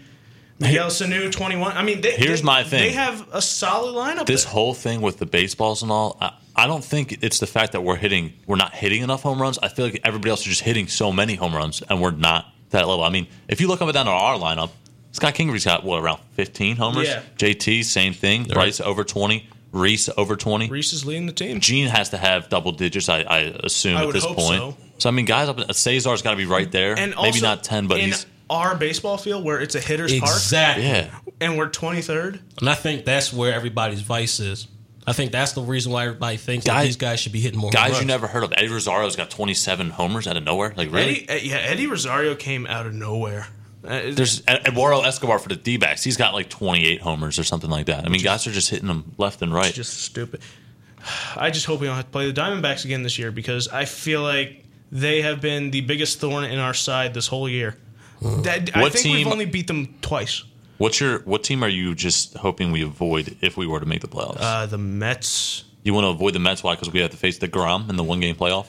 Miguel Sanu, 21. I mean, they,
Here's
they-
my thing.
They have a solid lineup.
This
there.
whole thing with the baseballs and all, I, I don't think it's the fact that we're hitting, we're not hitting enough home runs. I feel like everybody else is just hitting so many home runs, and we're not that level. I mean, if you look up and down our lineup, Scott Kingree's got what around 15 homers.
Yeah.
JT, same thing. Bryce over 20. Reese over 20.
Reese is leading the team.
Gene has to have double digits, I, I assume,
I
at
would
this
hope
point.
so.
I mean, guys, up Cesar's got to be right there.
And
Maybe
also,
not 10, but
in
he's.
our baseball field where it's a hitter's park,
Exactly.
Yeah.
and we're 23rd.
And I think that's where everybody's vice is. I think that's the reason why everybody thinks that
Guys-
these guys should be hitting more. home
Guys you
runs.
never heard of. Eddie Rosario's got 27 homers out of nowhere. Like, really?
Eddie, eh, yeah, Eddie Rosario came out of nowhere. Uh,
There's E-, Eduardo Escobar for the D backs. He's got like 28 homers or something like that. I mean, guys are just hitting them left and right.
just stupid. (sighs) I just hope we don't have to play the Diamondbacks again this year because I feel like they have been the biggest thorn in our side this whole year. That, I
Hmm. What
think
team-
we've only beat them twice.
What's your what team are you just hoping we avoid if we were to make the playoffs?
Uh, the Mets,
you want to avoid the Mets? Why? Because we have to face the Grom in the one game playoff.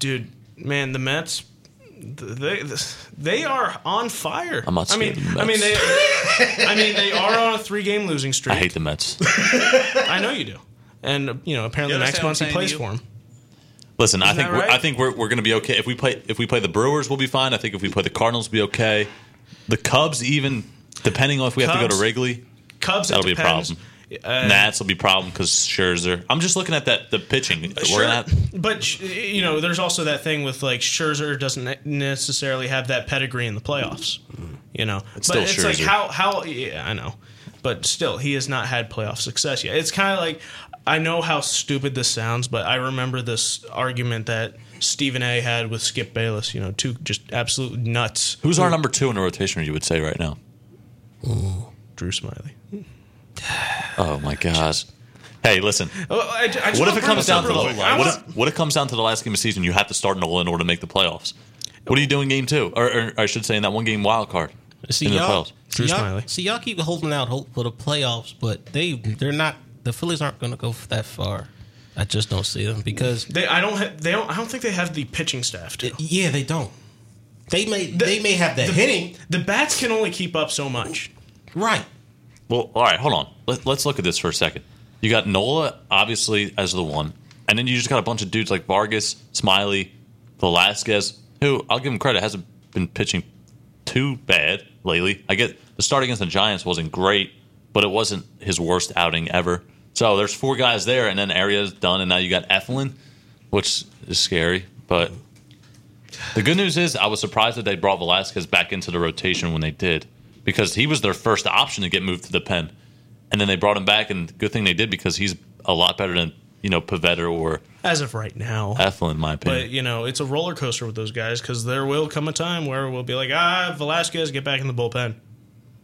dude, man, the Mets. They they are on fire.
I'm not
I mean,
scared of the
I mean, they.
Mets.
I mean, they (laughs) are on a three-game losing
I
streak.
hate the Mets.
I know you do. And uh, you know, apparently
You
next
understand
month
what I'm
he
saying to you?
plays for him.
Listen, I
Isn't
think
that
we're, I
right?
think we're, we're going to be okay if we play if we play the Brewers, we'll be fine. I think if we play the Cardinals, we'll be okay. The Cubs, even depending on if we have to go
Cubs,
to Wrigley,
Cubs. it
that'll be a
depends.
problem. Nats will be a problem because Scherzer. I'm just looking at that the pitching. We're
Sure,
gonna have-
but sh- you know, there's also that thing with like Scherzer doesn't necessarily have that pedigree in the playoffs. You know, but
still
it's
Scherzer.
like how how yeah, I know, but still he has not had playoff success yet. It's kind of like I know how stupid this sounds, but I remember this argument that Stephen A. had with Skip Bayless. You know, two just absolute nuts.
Who's our number two in the rotation? You would say right now.
Drew Smiley.
Oh my gosh. Hey, listen.
Oh, I, I just
What
wanna
if it
bring
comes
this
down
up
to the
real quick. I
what
wanna-
if, what if it comes down to the last game of the season? You have to start Nola in order to make the playoffs. What are you doing game two, or, or I should say in that one game wild card
See
in the
y'all,
playoffs?
see
Drew
y'all,
Smiley.
see y'all keep holding out hope for the playoffs, but they they're not. The Phillies aren't going to go that far. I just don't see them because
They, I don't. Ha- they don't. I don't think they have the pitching staff. To.
yeah, they don't. They may they may have that
the
hitting
The bats can only keep up so much.
right.
Well, all right, hold on. Let, let's look at this for a second. You got Nola, obviously, as the one, and then you just got a bunch of dudes like Vargas, Smiley, Velasquez, who I'll give him credit hasn't been pitching too bad lately. I get the start against the Giants wasn't great, but it wasn't his worst outing ever. So there's four guys there, and then Arias done, and now you got Eflin, which is scary. But the good news is I was surprised that they brought Velasquez back into the rotation when they did because he was their first option to get moved to the pen. And then they brought him back, and good thing they did because he's a lot better than, you know, Pavetta or
As of right now.
Uh,
Eflin, in my opinion.
But you know, it's a roller coaster with those guys because there will come a time where we'll be like, ah, Velasquez, get back in the bullpen.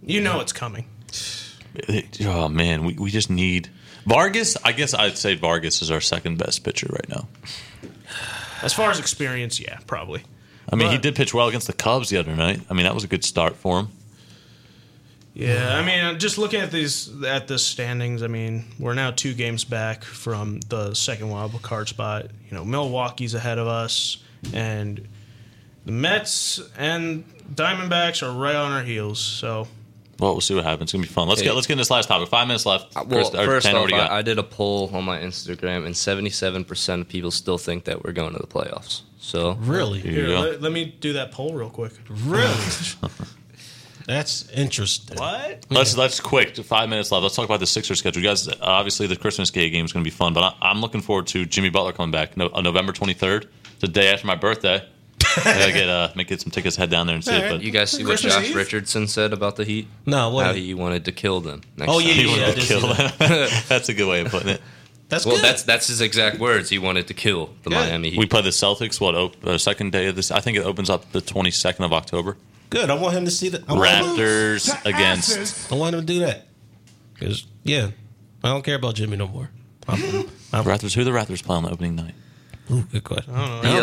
You know it's coming.
oh, man, we, we just need. Vargas, I guess I'd say Vargas is our second best pitcher right now.
As far as experience, yeah, probably.
I mean, he
But-
did pitch well against the Cubs the other night. I mean, that was a good start for him.
Yeah, I mean, uh, just looking at these at the standings, I mean, we're now two games back from the second wild card spot. You know, Milwaukee's ahead of us, and the Mets and Diamondbacks are right on our heels. So
Well, we'll see what happens. It's gonna be fun. Let's
Okay.
get let's get into this last topic. Five minutes left.
(laughs) Uh, Well,
or
first
10, what
off,
do you got?
I, I did a poll on my Instagram, and 77% of people still think that we're going to the playoffs. So,
Really,
Here
here,
you go.
let, let me do that poll real quick.
really. (sighs) That's interesting.
What?
Let's let's quick five minutes left. Let's talk about the Sixers schedule, you guys. Obviously, the Christmas Day game is going to be fun, but I, I'm looking forward to Jimmy Butler coming back no, on November 23rd, the day after my birthday. I gotta get uh, make get some tickets, head down there and see it. But
you guys see what
Christmas
Josh
Eve?
Richardson said about the Heat?
No, what?
How he wanted to kill them. Next
Oh, yeah,
time.
he wanted
I
to
did
kill
see
them. (laughs) That's a good way of putting
(laughs)
it.
That's
Well,
good.
that's that's his exact words. He wanted to kill the Miami Heat.
We play the Celtics. What op- uh, second day of this? I think it opens up the 22nd of October.
good. I want him to see
Oh,
that. I want him-
Raptors against
I want him to do that. 'Cause, yeah, I don't care about Jimmy no more. I'm-
Raptors. Who the Raptors play on the opening night?
Ooh, good question.
the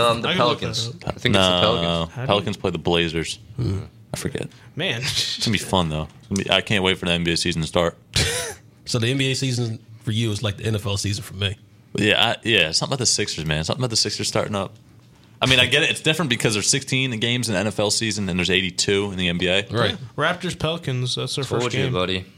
um, the
I can look that
Pelicans.
up.
I think it's the
No,
Pelicans.
do
Pelicans play the Blazers. I forget.
Man,
It's gonna be fun though. It's gonna be- I can't wait for the NBA season to start.
So the NBA season for you is like the NFL season for me.
But Yeah, I, yeah. Something about the Sixers, man. Something about the Sixers starting up. I mean, I get it. It's different because there's 16 games in the NFL season and there's 82 in the NBA.
Right.
Raptors Pelicans. That's their
Told
first
you,
game.
buddy.
(laughs)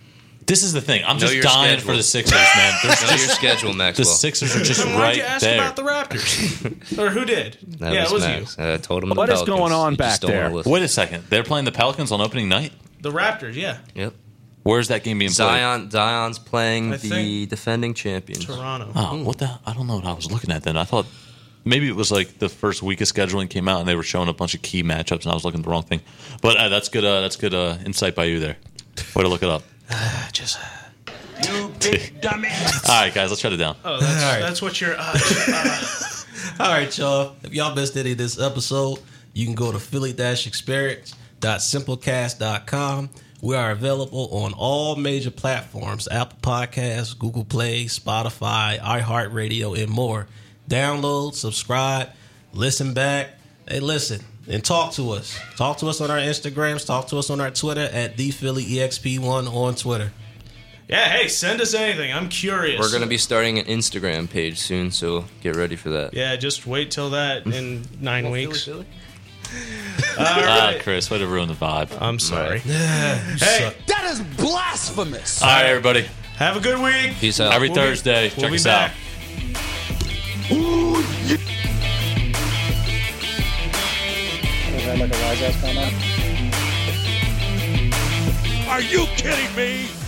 This is the thing. I'm just
your
dying
schedule.
for the Sixers, man.
(laughs)
There's
Know your
just,
schedule,
the
Maxwell.
Sixers are just
Then why'd you
right
ask
there.
about the Raptors? or who did?
That
yeah, it was
Max.
you.
Uh, I told him
What
the
is
Pelicans.
going on
You
back
just don't wanna
there?
listen.
Wait a second. They're playing the Pelicans on opening night.
The Raptors, yeah.
Yep.
Where's that game being played?
Zion Zion's playing
I
the
think-
defending champions.
Toronto.
Oh, what the? I don't know what I was looking at then. I thought maybe it was like the first week of scheduling came out and they were showing a bunch of key matchups and I was looking at the wrong thing. But uh, that's good. Uh, that's good uh, insight by you there. Way to look it up.
Just,
You big dumbass.
All right, guys, let's shut it down.
oh, that's,
All right.
that's what you're. Uh, (laughs)
All right, y'all. If y'all missed any of this episode, you can go to philly-experience.simplecast.com. We are available on all major platforms, Apple Podcasts, Google Play, Spotify, iHeartRadio, and more. Download, subscribe, listen back. Hey, listen, and talk to us. Talk to us on our Instagrams. Talk to us on our Twitter at the Philly exp one on Twitter.
yeah, hey, send us anything. I'm curious.
We're gonna be starting an Instagram page soon, so get ready for that.
Yeah, just wait till that in nine weeks.
Philly, Philly.
All
Ah,
right.
Chris, way to ruin the vibe. All
I'm sorry.
Suck.
Hey,
That is blasphemous.
right, everybody.
have a good week.
Peace out.
Every
We'll be-
Thursday,
we'll
check
be
us
back.
out.
Are you kidding me?